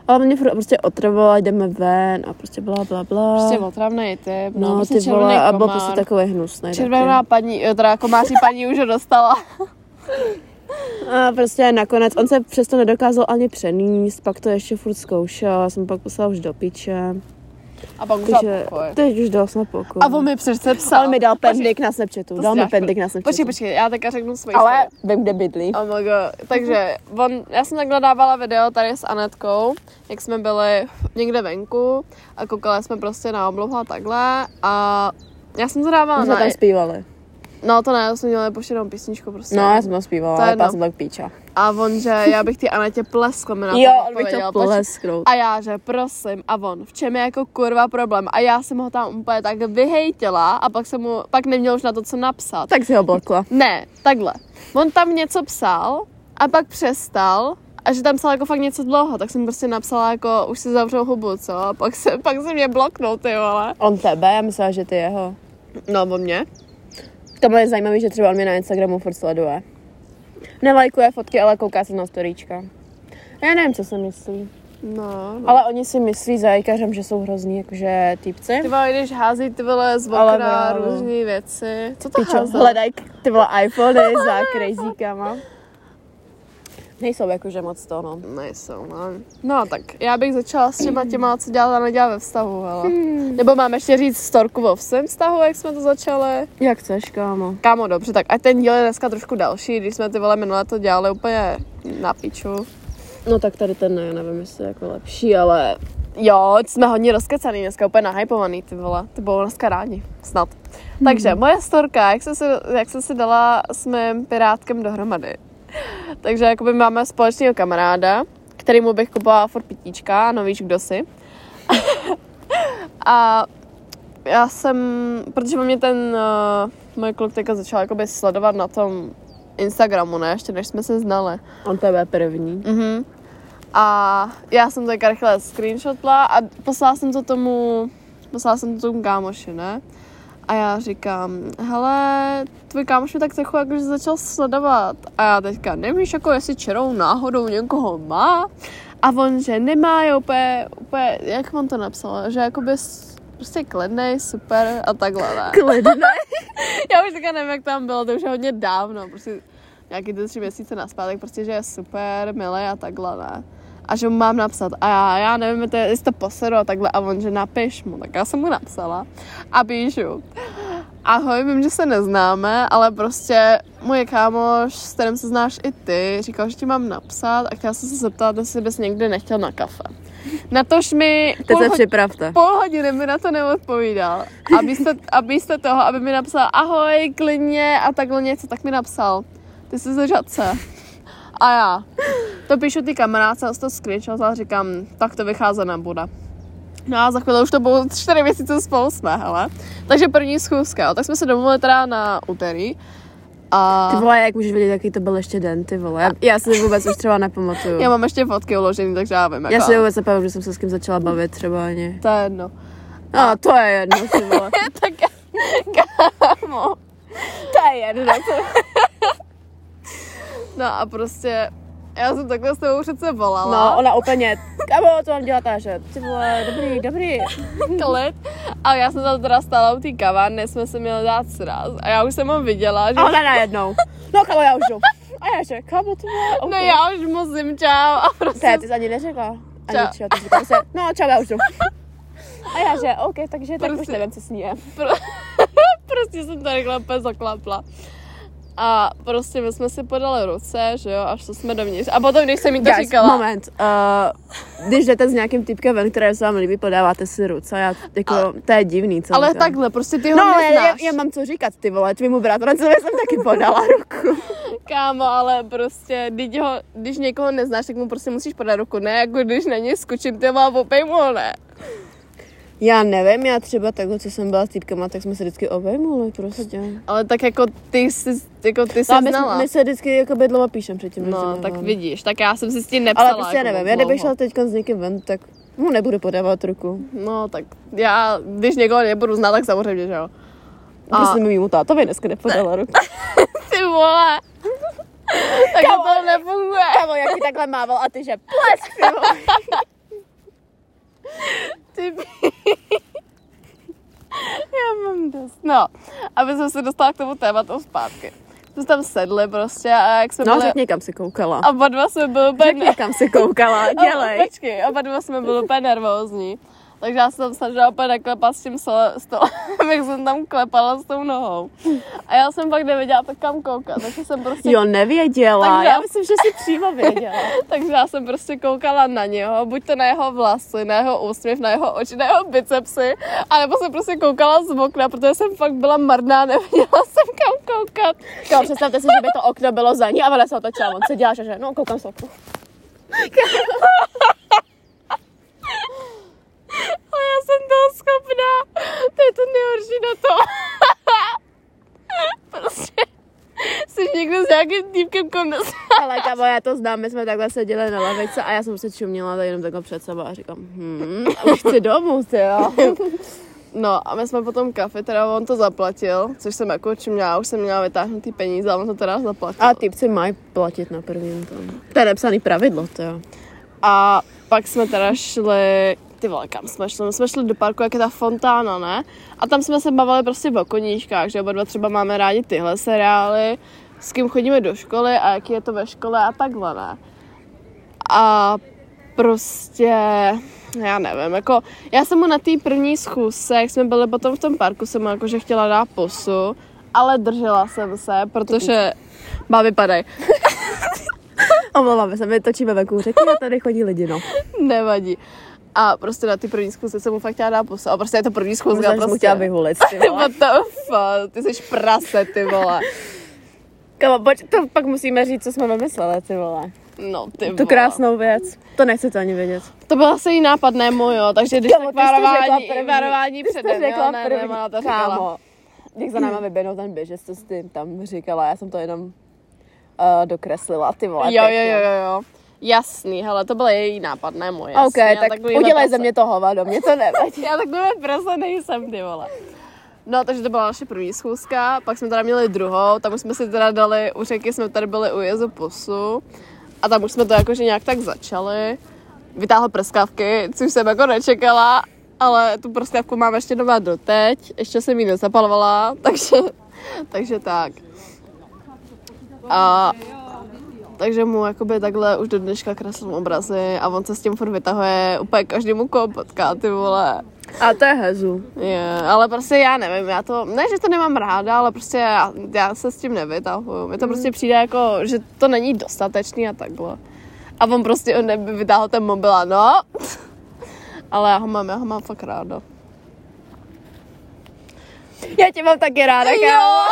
S1: Ale mě furt prostě otrvovala, jdeme ven a prostě bla bla bla.
S2: Prostě otravný typ. No,
S1: no,
S2: prostě
S1: ty vole, a byl
S2: komár.
S1: prostě takový hnusný.
S2: Červená paní, eh, teda komáří paní už ho dostala.
S1: A prostě nakonec, on se přesto nedokázal ani přenést, pak to ještě furt zkoušel, já jsem pak poslala už do piče.
S2: A pak už
S1: Takže
S2: pokoj.
S1: teď už dal snad pokoj.
S2: A on mi přece psal.
S1: Ale mi dal
S2: Počkej,
S1: pendlik na Snapchatu,
S2: to
S1: dal
S2: si
S1: mi
S2: dáš
S1: pendlik
S2: pro-
S1: na Snapchatu.
S2: Počkej, počkej, já teďka řeknu svoji
S1: Ale vím, kde bydlí.
S2: Oh my god. Takže on, já jsem takhle dávala video tady s Anetkou, jak jsme byli někde venku a koukali jsme prostě na oblohu a takhle a já jsem to dávala
S1: My jsme
S2: na...
S1: tam zpívali.
S2: No to ne, já jsem měla poštěnou písničku prostě.
S1: No, já jsem tam zpívala,
S2: To je
S1: ale
S2: jedno.
S1: pak jsem tak píča.
S2: A on, že já bych ty Anetě pleskl, mi na to
S1: Jo, on by
S2: odpověděl.
S1: chtěl
S2: Poč-
S1: plesknout.
S2: a já, že prosím, a on, v čem je jako kurva problém? A já jsem ho tam úplně tak vyhejtila a pak jsem mu, pak neměl už na to, co napsat.
S1: Tak si ho blokla.
S2: Ne, takhle. On tam něco psal a pak přestal a že tam psal jako fakt něco dlouho, tak jsem prostě napsala jako už si zavřou hubu, co? A pak se, pak se mě bloknul, ty vole.
S1: On tebe, já myslela, že ty jeho.
S2: No, on mě?
S1: To je zajímavé, že třeba on mě na Instagramu furt sleduje. Nelajkuje fotky, ale kouká se na storíčka. Já nevím, co si myslí.
S2: No, no.
S1: Ale oni si myslí za jajkařem, že jsou hrozní, jakože týpci.
S2: Ty vole, když hází ty vole z
S1: Ale
S2: okna
S1: jo, no.
S2: různé věci. Co to
S1: Pičo,
S2: hází?
S1: hledaj k- ty vole iPhony za crazykama. Nejsou jakože moc to, no.
S2: Nejsou, no. No, tak já bych začala s těma těma, co dělat a nedělat ve vztahu, hele.
S1: Hmm.
S2: Nebo mám ještě říct storku o svém vztahu, jak jsme to začali?
S1: Jak chceš, kámo?
S2: Kámo, dobře, tak ať ten díl je dneska trošku další, když jsme ty vole minule to dělali úplně na piču.
S1: No tak tady ten ne, nevím, jestli je jako lepší, ale
S2: Jo, jsme hodně rozkecaný dneska, úplně nahypovaný, ty vole. To bylo dneska rádi, snad. Takže moje storka, jak jsem, se, jak jsem se dala s mým pirátkem dohromady. Takže jakoby máme společného kamaráda, kterýmu bych kupovala furt pitíčka, no víš, kdo jsi. a já jsem, protože mě ten uh, můj kluk teďka začal jakoby sledovat na tom Instagramu, ne, ještě než jsme se znali.
S1: On tebe první.
S2: Mhm. A já jsem to teďka rychle screenshotla a poslala jsem to tomu, poslala jsem to tomu kámoši, ne? A já říkám, hele, tvůj kámoš mi tak trochu jakože začal sledovat. A já teďka, nevíš, jako jestli čerou náhodou někoho má? A on, že nemá, je úplně, úplně jak on to napsal, že jakoby s- prostě klidnej, super a takhle, ne?
S1: Kledne.
S2: Já už teďka nevím, jak tam bylo, to už je hodně dávno, prostě nějaký ty tři měsíce naspátek, prostě, že je super, milý a takhle, ne? A že mu mám napsat. A já, já nevím, jestli to- jestli to poseru a takhle. A on, že napiš mu. Tak já jsem mu napsala a píšu. Ahoj, vím, že se neznáme, ale prostě můj kámoš, s kterým se znáš i ty, říkal, že ti mám napsat a chtěla jsem se zeptat, jestli bys někdy nechtěl na kafe. Natož mi
S1: Teď
S2: půl
S1: se
S2: hod-
S1: připravte.
S2: půl hodiny mi na to neodpovídal. A místo, a místo toho, aby mi napsal ahoj, klidně a takhle něco, tak mi napsal. Ty jsi ze žadce. A já. To píšu ty kamarádce, já si to screenshot a říkám, tak to vycházet nebude. No a za chvíli už to bylo čtyři měsíce spolu jsme, hele. Takže první schůzka, jo. tak jsme se domluvili teda na úterý. A...
S1: Ty vole, jak můžeš vědět, jaký to byl ještě den, ty vole. Já, já si vůbec už třeba nepamatuju.
S2: Já mám ještě fotky uložený, takže já vím,
S1: Já
S2: jako,
S1: si vůbec nepamatuju, že jsem se s kým začala bavit třeba ani.
S2: To je jedno.
S1: A to je jedno, ty vole.
S2: tak kámo.
S1: to je jedno.
S2: No a prostě, já jsem takhle s tebou přece volala.
S1: No, ona úplně, kamo, co mám dělat že? Ty vole, dobrý, dobrý.
S2: klid. A já jsem tam teda stála u té kavárny, jsme se měli dát sraz. A já už jsem ho viděla, že...
S1: A ona najednou. No, kamo, já už jdu. A já že, kamo, ty vole,
S2: No
S1: okay.
S2: já už musím, čau. A
S1: To je,
S2: prostě,
S1: ty jsi ani neřekla. Ani
S2: Čau.
S1: čau. Ty jsi říkala, prostě, no, čau, já už jdu. A já že, OK, takže tak už
S2: Prostě.
S1: nevím, co s ní je.
S2: pro... prostě jsem tady klepe zaklapla. A prostě my jsme si podali ruce, že jo, až to jsme dovnitř. A potom, když jsem jí to
S1: Guys,
S2: říkala,
S1: moment. Uh, když jdete s nějakým typkem ven, které se vám líbí, podáváte si ruce. Já, jako, to je divný, co
S2: ale
S1: to.
S2: takhle, prostě ty ho
S1: No, ale já,
S2: neznáš.
S1: já, mám co říkat, ty vole, tvýmu bratrovi jsem taky podala ruku.
S2: Kámo, ale prostě, když, ho, když někoho neznáš, tak mu prostě musíš podat ruku, ne? Jako když na něj skočím, ty má popejmu, ho, ne?
S1: Já nevím, já třeba takhle, co jsem byla s týpkama, tak jsme se vždycky obejmuli prostě.
S2: Ale tak jako ty jsi, jako ty jsi
S1: No, my,
S2: znala.
S1: jsme- my se vždycky jako by dlouho píšem předtím. než
S2: No,
S1: jsem
S2: tak
S1: jela.
S2: vidíš, tak já jsem si s tím nepsala.
S1: Ale prostě
S2: jako
S1: nevím,
S2: moc
S1: já kdybych
S2: dlouho.
S1: šla teď s někým ven, tak mu nebudu podávat ruku.
S2: No, tak já, když někoho nebudu znát, tak samozřejmě, že jo. A-
S1: A... Prostě mi mýmu tátovi dneska nepodala ruku.
S2: Ty vole. tak
S1: Kámo.
S2: to nefunguje.
S1: Kámo, jak ti takhle mával a ty že plesk, ty vole.
S2: Ty pí- Já mám dost. No, aby jsem se dostala k tomu tématu zpátky. Jsme tam sedli prostě a jak jsme
S1: No,
S2: byli...
S1: řekni, kam si koukala.
S2: A Oba dva jsme byli úplně...
S1: Řekni, kam si koukala,
S2: A,
S1: dělej.
S2: počkej, oba dva jsme byli úplně nervózní. Takže já jsem tam snažila úplně naklepat s tím sole- stolem, jak jsem tam klepala s tou nohou. A já jsem pak nevěděla, tak kam koukat, takže jsem prostě...
S1: Jo, nevěděla.
S2: Takže-
S1: Já myslím, že si přímo věděla.
S2: Takže já jsem prostě koukala na něho, buď to na jeho vlasy, na jeho úsměv, na jeho oči, na jeho bicepsy, anebo jsem prostě koukala z okna, protože jsem fakt byla marná, nevěděla jsem kam koukat.
S1: Jo, Jako, představte si, že by to okno bylo za ní a ona se otočila. On se dělá, že no, koukám z okna.
S2: Ale já jsem toho schopná. To je to nejhorší na to. prostě jsi někdo s nějakým týpkem konec.
S1: Ale kamo, já to znám, my jsme takhle seděli na lavice a já jsem se čuměla tak jenom takhle před sebou a říkám, hm, už chci domů, ty jo.
S2: No a my jsme potom kafe, teda on to zaplatil, což jsem jako čím já už jsem měla vytáhnout ty peníze, ale on to teda zaplatil.
S1: A typci mají platit na prvním tom. To je nepsaný pravidlo, to jo.
S2: A pak jsme teda šli, ty vole, kam jsme šli? My jsme šli do parku, jak je ta fontána, ne? A tam jsme se bavili prostě o koníčkách, že oba dva třeba máme rádi tyhle seriály, s kým chodíme do školy a jaký je to ve škole a takhle, ne? A prostě, já nevím, jako, já jsem mu na té první schůzce, jak jsme byli potom v tom parku, jsem mu jakože chtěla dát posu, ale držela jsem se, protože... Báby padaj.
S1: Omlouváme se, my točíme venku řeky a tady chodí lidi, no.
S2: Nevadí. A prostě na ty první schůzce jsem mu fakt chtěla dát pusu. A prostě je to první schůzka.
S1: Možná, že
S2: prostě.
S1: mu chtěla vyhulit, ty vole.
S2: What the fuck, ty jsi prase, ty vole.
S1: Kamo, pojď, to pak musíme říct, co jsme vymysleli, ty vole.
S2: No, ty
S1: tu
S2: vole.
S1: krásnou věc. To nechcete ani vědět.
S2: To byl asi její nápad Nemo, jo, takže když
S1: Kámo,
S2: tak
S1: ty jsi to
S2: varování,
S1: řekla první.
S2: varování
S1: Ty jsi to
S2: předem, jo,
S1: řekla
S2: ne,
S1: první.
S2: Nemo na to říkala.
S1: Kámo, jak za náma vyběhnul ten běžec, co jsi tam říkala, já jsem to jenom uh, dokreslila, ty vole.
S2: Jo, jo,
S1: pěkně.
S2: jo, jo, jo. Jasný, hele, to byl její nápad, ne můj, jasný.
S1: OK,
S2: já
S1: no, tak
S2: takovýhle
S1: udělej ze
S2: prase-
S1: mě to hovado, mě to nevadí.
S2: Já takové prase nejsem, ty vole. No, takže to byla naše první schůzka, pak jsme teda měli druhou, tam už jsme si teda dali, u řeky jsme tady byli u jezu posu a tam už jsme to jakože nějak tak začali. Vytáhl prskávky, což jsem jako nečekala, ale tu prskávku mám ještě doma doteď, ještě jsem ji nezapalovala, takže, takže tak. A takže mu jakoby takhle už do dneška kreslím obrazy a on se s tím furt vytahuje úplně každému, koho potká, ty vole.
S1: A to je hezu.
S2: Je, ale prostě já nevím, já to, ne, že to nemám ráda, ale prostě já, já se s tím nevytahuju. Mně to prostě přijde jako, že to není dostatečný a takhle. A on prostě on neby vytáhl ten mobil a no. ale já ho mám, já ho mám fakt ráda.
S1: Já tě mám taky ráda,
S2: Jo.
S1: kámo.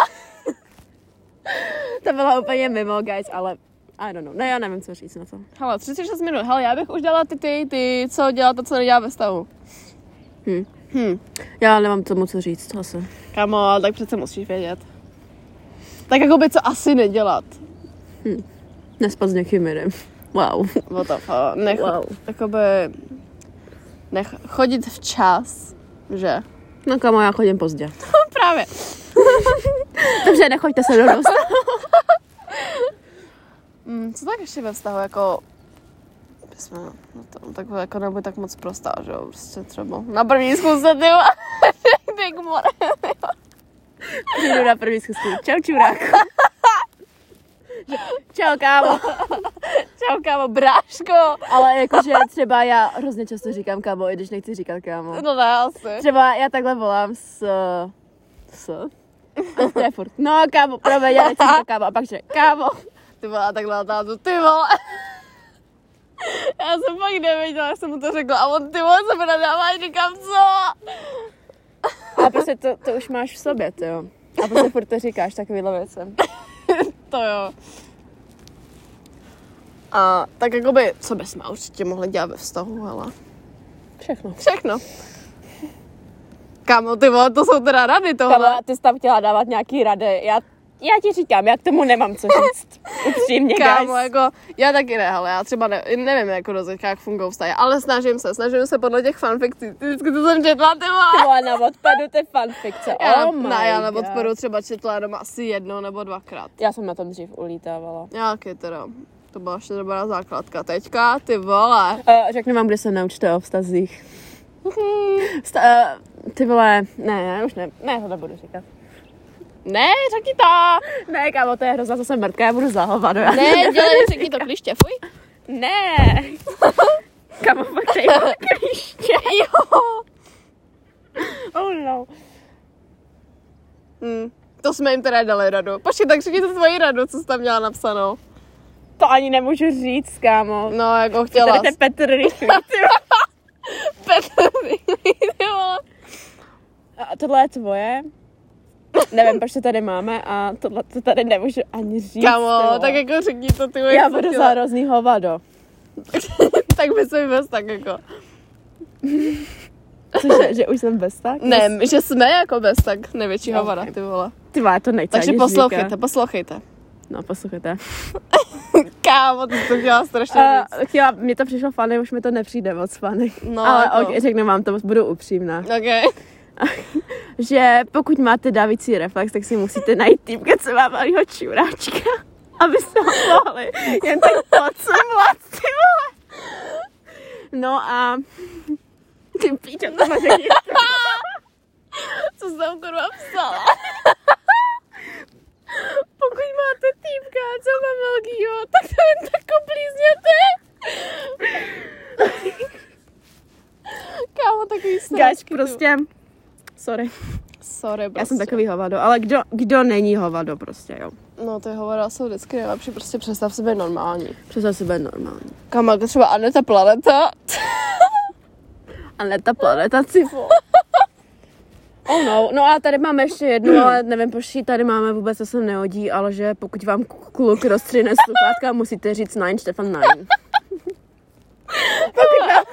S1: To bylo úplně mimo, guys, ale I don't know. No já nevím, co říct na to.
S2: Hele, 36 minut, hele, já bych už dala ty, ty, ty, co dělat a co nedělá ve stavu.
S1: Já nemám tomu co říct, asi.
S2: Kamo, ale tak přece musíš vědět. Tak jako by co asi nedělat.
S1: Nespat s někým jiným. Wow.
S2: What the fuck? Nech, wow.
S1: Wow.
S2: Jakoby, nech, chodit včas, že?
S1: No kamo, já chodím pozdě.
S2: Právě.
S1: Dobře, nechoďte se do nos.
S2: Mm, co tak ještě ve vztahu, jako... Jsme, no to, tak jako nebuď tak moc prostá, že jo, prostě třeba. Na první zkusce, ty vole. Big more.
S1: Přijdu na první schůzku. Čau, čuráku. Čau, kámo.
S2: Čau, kámo, bráško.
S1: Ale jakože třeba já hrozně často říkám kámo, i když nechci říkat kámo.
S2: No ne, asi.
S1: Třeba já takhle volám s... S? To je furt. No, kámo, promiň, já nechci to kámo. A pak že kámo.
S2: Ty vole, a takhle tátu, ty vole. Já jsem fakt nevěděla, jak jsem mu to řekla. A on, ty vole, se mi nadává, a říkám, co?
S1: A prostě to, to už máš v sobě, to jo. A prostě furt to říkáš takovýhle věci.
S2: To jo. A tak jakoby, co bychom určitě mohli dělat ve vztahu, hele.
S1: Všechno.
S2: Všechno. Kámo, ty vole, to jsou teda rady tohle.
S1: Kama, ty jsi tam chtěla dávat nějaký rady. Já, já ti říkám, já k tomu nemám co říct. Upřímně,
S2: Kámo,
S1: guys.
S2: jako, já taky ne, ale já třeba ne, nevím, jako do teďka, jak fungují vztahy, ale snažím se, snažím se podle těch fanfikcí, ty vždycky to jsem četla, ty
S1: Ty
S2: vole.
S1: vole, na odpadu ty fanfikce.
S2: Já,
S1: oh my
S2: ne, já na
S1: God.
S2: podporu třeba četla doma asi jednou nebo dvakrát.
S1: Já jsem na tom dřív ulítávala.
S2: Nějaký teda, to byla ještě dobrá základka. Teďka, ty vole.
S1: Uh, řeknu vám, kde se naučte o vztazích. Sta- uh, ty vole, ne, já už ne, ne, to nebudu říkat.
S2: Ne, řekni to.
S1: Ne, kámo, to je hrozná, zase mrtka, já budu zahovado. Já
S2: Ne, dělej, řekni to kliště, fuj.
S1: ne. kámo, fakt to je klíště.
S2: Jo.
S1: Oh no.
S2: Hmm. To jsme jim teda dali radu. Počkej, tak řekni to svoji radu, co jsi tam měla napsanou.
S1: To ani nemůžu říct, kámo.
S2: No, jako
S1: Tady
S2: chtěla.
S1: to je Petr Rychlík.
S2: Petr ty vole.
S1: A tohle je tvoje. Nevím, proč to tady máme a tohle to tady nemůžu ani říct. ty
S2: Kamo,
S1: vole.
S2: tak jako řekni to ty vole,
S1: Já
S2: co
S1: budu
S2: chtěla.
S1: za hrozný hovado.
S2: tak by se mi vůbec tak jako.
S1: Cože, že už jsem bez tak?
S2: Ne, že jsme jako bez tak největší
S1: Jo,
S2: hovada,
S1: ok.
S2: ty vole.
S1: Ty vole, to nechci
S2: Takže
S1: ani
S2: poslouchejte,
S1: říkat.
S2: poslouchejte.
S1: No, poslouchejte.
S2: Kámo, ty jsi to chtěla strašně říct.
S1: Uh, chtěla, mně to přišlo fany, už mi to nepřijde moc fany.
S2: No,
S1: Ale
S2: jako.
S1: ok, řeknu vám to, budu upřímná.
S2: Ok.
S1: Že pokud máte dávící reflex, tak si musíte najít týmka, co má malýho čuráčka. Abyste ho mohli jen tak pocemlat, ty vole. No a... Ty píčo, to má řekni.
S2: Co jsi tam kurva psala?
S1: Pokud máte týmka, co má velkýho,
S2: tak to jen tak oblízněte. Kámo, takový
S1: Guys,
S2: sračky, ty vole.
S1: prostě... Sorry,
S2: Sorry, prostě.
S1: já jsem takový hovado, ale kdo, kdo není hovado prostě, jo.
S2: No, ty hovora jsou vždycky nejlepší, prostě představ sebe normální.
S1: Představ sebe normální.
S2: Kam jako třeba Aneta Planeta.
S1: Ale ta planeta, ty vole. Oh no, no a tady máme ještě jednu, ale nevím, proč ji tady máme vůbec, to se nehodí, ale že pokud vám k- kluk rozstřine sluchátka, musíte říct nine, Stefan nine. Pokud vám,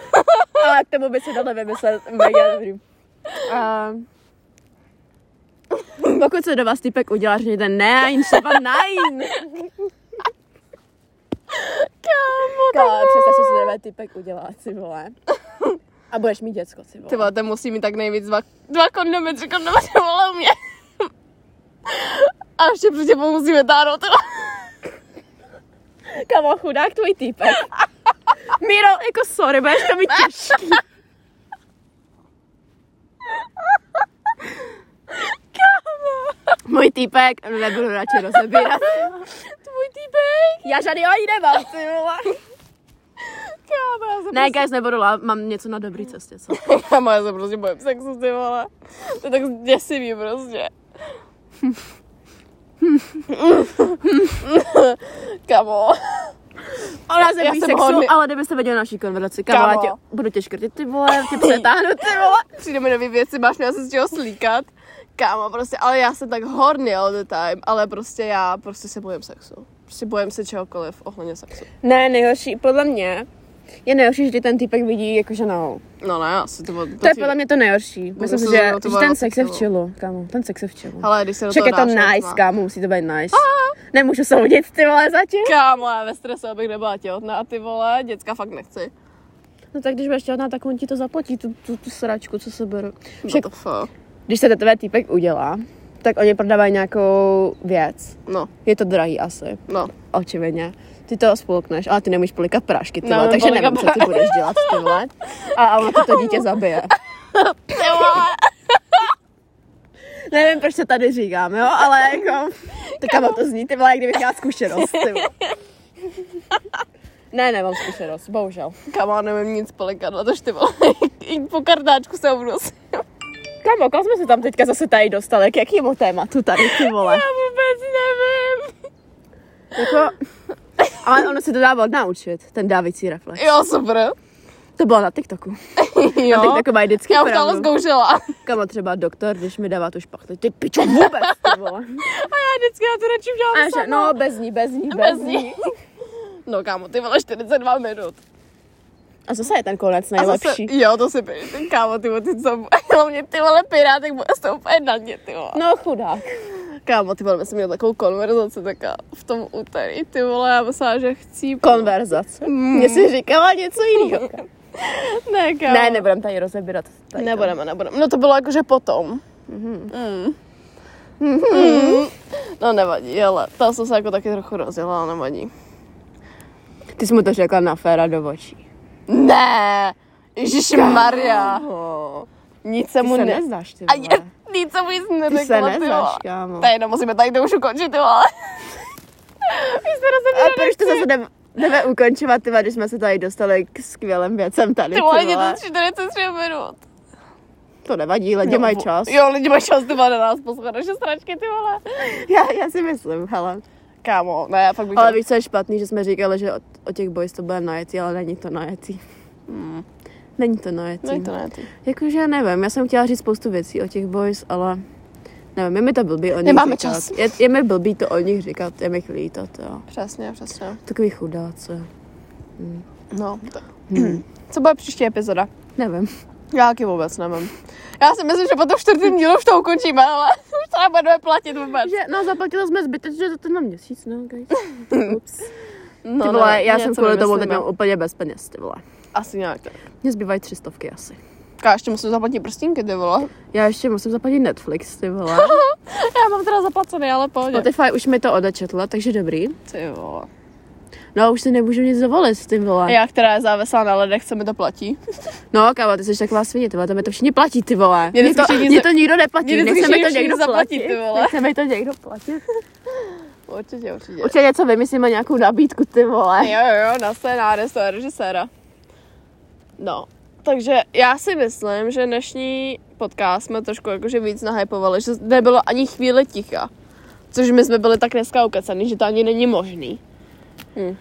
S1: ale k tomu by se dalo vymyslet mega dobrý. A... Pokud se do vás typek udělá, řekněte nine, Stefan nine.
S2: Kámo,
S1: Kámo, představ si, co tebe typek udělá, si vole. A budeš mít děcko, si vole.
S2: Ty vole, ten musí mít tak nejvíc dva, dva kondomy, tři kondomy, ty vole, u mě. A ještě před tebou musíme táhnout, ty vole.
S1: Kamo, chudák tvůj týpek. Miro, jako sorry, budeš to mít těžký. Můj týpek, nebudu radši rozebírat.
S2: Tvůj týpek.
S1: Já žádný ani nemám, ty vole.
S2: Kámo, já se
S1: Ne, guys, nebudu lá, mám něco na dobrý cestě, co?
S2: prostě... Kámo, já se prostě bojím sexu, ty vole. To je tak děsivý prostě. Kámo.
S1: Ona se
S2: Já
S1: bojí
S2: jsem
S1: sexu,
S2: hodný.
S1: ale kdyby se viděl naší konverzaci, kamo, já
S2: Kamo.
S1: tě, budu tě škrtit, ty vole, tě přetáhnu, ty vole.
S2: Přijde mi nový věci, máš mě asi z čeho slíkat. Kámo, prostě, ale já jsem tak horny all the time, ale prostě já prostě se bojím sexu. Prostě bojím se čehokoliv ohledně sexu.
S1: Ne, nejhorší, podle mě, je nejhorší, že ten týpek vidí jako ženou.
S2: No ne, asi to bylo...
S1: To je podle mě to nejhorší. Myslím si,
S2: se
S1: že, že
S2: zautovala
S1: ten
S2: na
S1: sex je v
S2: pilu.
S1: čilu, kámo. Ten sex je v čilu.
S2: Ale když se do
S1: Však
S2: toho
S1: je to
S2: dáš, tak
S1: nice,
S2: má.
S1: kámo, musí to být nice. Nemůžu soudit, ty vole, zatím.
S2: Kámo, já ve stresu, abych nebyla těhotná a ty vole, děcka fakt nechci.
S1: No tak když budeš těhotná, tak on ti to zaplatí, tu, tu, tu sračku, co se beru. Však,
S2: Však... To
S1: když se tetové týpek udělá, tak oni prodávají nějakou věc.
S2: no,
S1: Je to drahý asi,
S2: no.
S1: očividně. Ty to spolkneš, ale ty nemůžeš polikat prášky, ty
S2: Ne,
S1: vole, takže
S2: nepolikám
S1: nevím, co ty budeš dělat, ty vole. A, a ono to, to dítě zabije.
S2: Ty vole,
S1: Nevím, proč to tady říkám, jo, ale jako... Tak kam to zní, ty vole, jak kdybych měla zkušenost, ty vole. Ne, nemám zkušenost, bohužel.
S2: Kámo, nevím nic polikat, na tož ty vole, i po kartáčku se obnosím.
S1: Kamo, kam jsme se tam teďka zase tady dostali? K jakému tématu tady, ty vole?
S2: Já vůbec nevím.
S1: Jako... Ale ono se to dá odnaučit, ten dávicí reflex.
S2: Jo, super.
S1: To bylo na TikToku. Na
S2: Jo,
S1: TikToku mají vždycky
S2: já už tohle
S1: pravdu.
S2: zkoušela.
S1: Kamo, třeba doktor, když mi dává tu špachtu, ty pičo vůbec, ty vole.
S2: A já vždycky na tu radši
S1: A
S2: udělám
S1: že,
S2: sama.
S1: no, bez ní, bez ní, bez,
S2: Bez
S1: ní.
S2: ní. No kámo, ty vole 42 minut.
S1: A zase je ten konec
S2: A zase-
S1: nejlepší.
S2: jo, to si pěš. Ten kámo, ty vole, ty co, hlavně ty vole pirátek bude stoupat na mě, ty vole.
S1: No, chudák.
S2: Kámo, ty vole, my jsme měli takovou konverzaci taká v tom úterý, ty vole, já myslela, že chci...
S1: Konverzace. Mně si říkala něco jiného.
S2: Ne, kámo.
S1: Ne, nebudem tady rozebírat. Tady
S2: nebudeme, nebudeme. No to bylo jakože potom. Mm. Mm. No nevadí, ale tam jsem se jako taky trochu rozjela, ale nevadí.
S1: to. Ty jsi mu to řekla na féra do očí.
S2: Ne, Ježíš Maria. Nic se
S1: Ty
S2: mu
S1: se
S2: ne...
S1: neznáš, ty
S2: A
S1: vole.
S2: je, nic se mu nic neřekla,
S1: Ty se
S2: ty
S1: neznáš,
S2: vole.
S1: kámo.
S2: Tady no, musíme tady to už ukončit, ty vole. My jsme rozebírali,
S1: A proč to zase jdeme, jdeme ukončovat, ty vole, když jsme se tady dostali k skvělým věcem tady,
S2: ty
S1: ty
S2: vole, je
S1: vole.
S2: to 43 minut.
S1: To nevadí, lidi
S2: No,
S1: mají
S2: vo-
S1: čas.
S2: Jo, lidi mají čas, ty vole, na nás poslouchat naše sračky, ty vole.
S1: Já, já si myslím, hele.
S2: Kámo, ne, já fakt bych...
S1: Ale víš, co je špatný, že jsme říkali, že o, o těch boys to bude najetý, ale není to najetý. Hmm. Není to najetý.
S2: Ne, to ne, ty.
S1: Jakože nevím, já jsem chtěla říct spoustu věcí o těch boys, ale nevím, je mi to blbý o nich
S2: Nemáme
S1: říkat.
S2: čas.
S1: Je, je, mi blbý to o nich říkat, je mi jich líto, to jo.
S2: Přesně, přesně.
S1: Takový chudáce.
S2: No, to...
S1: Hmm.
S2: Co bude příští epizoda?
S1: Nevím.
S2: Já taky vůbec nevím. Já si myslím, že po tom čtvrtém dílu už to ukončíme, ale už to nebudeme platit vůbec.
S1: Že, no zaplatila jsme zbytečně za ten na měsíc, no guys. Ups.
S2: No,
S1: Ty vole,
S2: ne,
S1: já
S2: něco
S1: jsem kvůli tomu teď
S2: vymyslíme.
S1: mám úplně bez peněz, ty vole.
S2: Asi nějak tak.
S1: Mně zbývají tři stovky asi.
S2: Ká, ještě musím zaplatit prstínky, ty vole.
S1: Já ještě musím zaplatit Netflix, ty vole.
S2: Já mám teda zaplacený, ale pohodě.
S1: Spotify už mi to odečetlo, takže dobrý.
S2: Ty vole.
S1: No a už si nemůžu nic dovolit, ty vole.
S2: Já, která je závislá na ledech, se mi to platí.
S1: No, kámo, ty jsi taková svině, ty vole, to mi to všichni platí, ty vole.
S2: Mě
S1: Mě to,
S2: všichni
S1: mě
S2: za-
S1: to nikdo neplatí,
S2: mě
S1: nechce
S2: všichni-
S1: mi to
S2: všichni
S1: někdo
S2: zaplatí,
S1: platit,
S2: ty vole.
S1: nechce mi to někdo platit.
S2: Určitě, určitě.
S1: Určitě něco vymyslíme, nějakou nabídku, ty vole.
S2: Jo, jo, jo, na scénáře se režiséra. No, takže já si myslím, že dnešní podcast jsme trošku jakože víc nahypovali, že nebylo ani chvíle ticha. Což my jsme byli tak dneska ukacaný, že to ani není možný.
S1: Hm.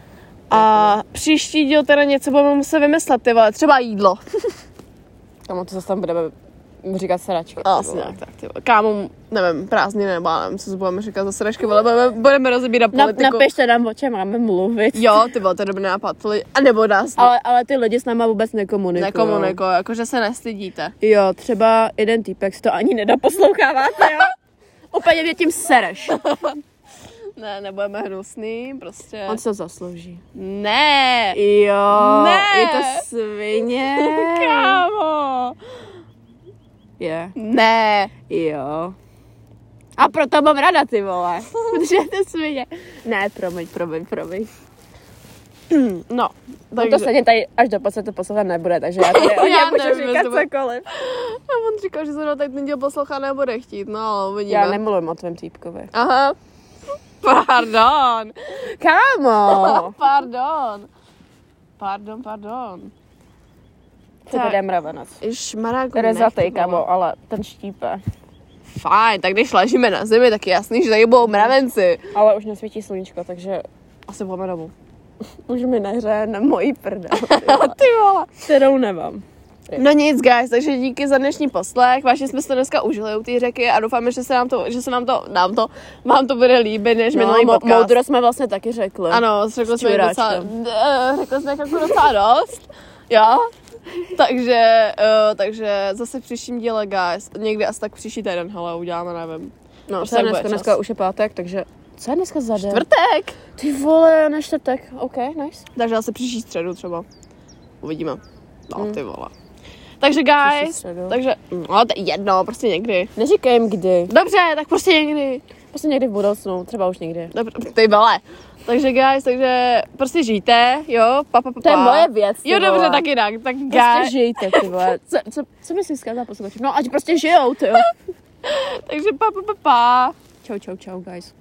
S2: A příští díl teda něco budeme muset vymyslet, ty vole, třeba jídlo.
S1: Kámo, to zase tam budeme říkat sračky.
S2: A, asi nějak tak, ty vole. Kámo, nevím, prázdniny, nebo já nevím, co si budeme říkat za sračky, ale budeme, budeme rozebírat
S1: Na,
S2: politiku.
S1: napište nám, o čem máme mluvit.
S2: Jo, ty vole, to je dobrý nápad. To lidi- A nebo nás
S1: Ale, ale ty lidi s náma vůbec nekomunikují.
S2: jako nekomunikují, jakože se nestydíte.
S1: Jo, třeba jeden týpek si to ani nedoposloucháváte, jo? Úplně mě tím sereš.
S2: Ne, nebudeme hnusný, prostě.
S1: On se to zaslouží.
S2: Ne!
S1: Jo,
S2: Ne.
S1: je to svině.
S2: Kámo!
S1: Je,
S2: Ne!
S1: jo. A proto mám rada ty vole, protože je to svině. Ne, promiň, promiň, promiň.
S2: No,
S1: Takže... On to stejně tady až do podstatě poslouchat nebude, takže já tady o
S2: Já
S1: něm můžu
S2: nevím,
S1: říkat
S2: jestli bude-
S1: cokoliv.
S2: A on říkal, že se to tak neděl poslouchat nebude chtít, no ale uvidíme.
S1: Já nemluvím o tvém týpkovi.
S2: Aha. Pardon. No.
S1: Kámo!
S2: Pardon. Pardon, pardon.
S1: Co to
S2: Tak.
S1: jde mravenec?
S2: Šmarák.
S1: Rezatej, kámo, ale ten štípe.
S2: Fajn, tak když ležíme na zemi, tak je jasný, že tady budou mravenci.
S1: Ale už nesvítí sluníčko, takže
S2: Asi budeme domů.
S1: už mi nehřeje na mojí prdel,
S2: Ty vole.
S1: kterou nemám.
S2: No nic, guys, takže díky za dnešní poslech. Vážně jsme se to dneska užili u té řeky a doufáme, že se nám to, že se nám to, nám to, vám to bude líbit, než no, minulý
S1: mo-
S2: podcast.
S1: moudro jsme vlastně taky řekli.
S2: Ano, řekli jsme
S1: čuráčkem.
S2: docela, d- řekli jsme jako docela dost, jo. Takže, uh, takže zase v příštím díle, guys, někdy asi tak příští týden, hele, uděláme, nevím.
S1: No,
S2: Už
S1: co je
S2: tak bude
S1: dneska?
S2: čas.
S1: Dneska už je pátek, takže co je dneska za den?
S2: Čtvrtek!
S1: Ty vole, na čtvrtek. OK, nice.
S2: Takže asi příští středu třeba. Uvidíme. No,
S1: Mm.
S2: ty vole. Takže
S1: Příští
S2: guys,
S1: středu.
S2: takže, no, to je jedno, prostě někdy.
S1: Neříkej jim kdy.
S2: Dobře, tak prostě někdy.
S1: Prostě někdy v budoucnu, třeba už někdy.
S2: Dobře, ty vole. Takže guys, takže prostě žijte, jo, pa, pa, pa,
S1: To je
S2: pa.
S1: moje věc. ty
S2: Jo, dobře,
S1: vole.
S2: tak jinak, tak
S1: Prostě
S2: guys.
S1: žijte, ty vole. Co, co, co myslíš zkázat posluchačům? No, ať prostě žijou, ty jo.
S2: Takže pa, pa, pa, pa.
S1: Čau, čau, čau, guys.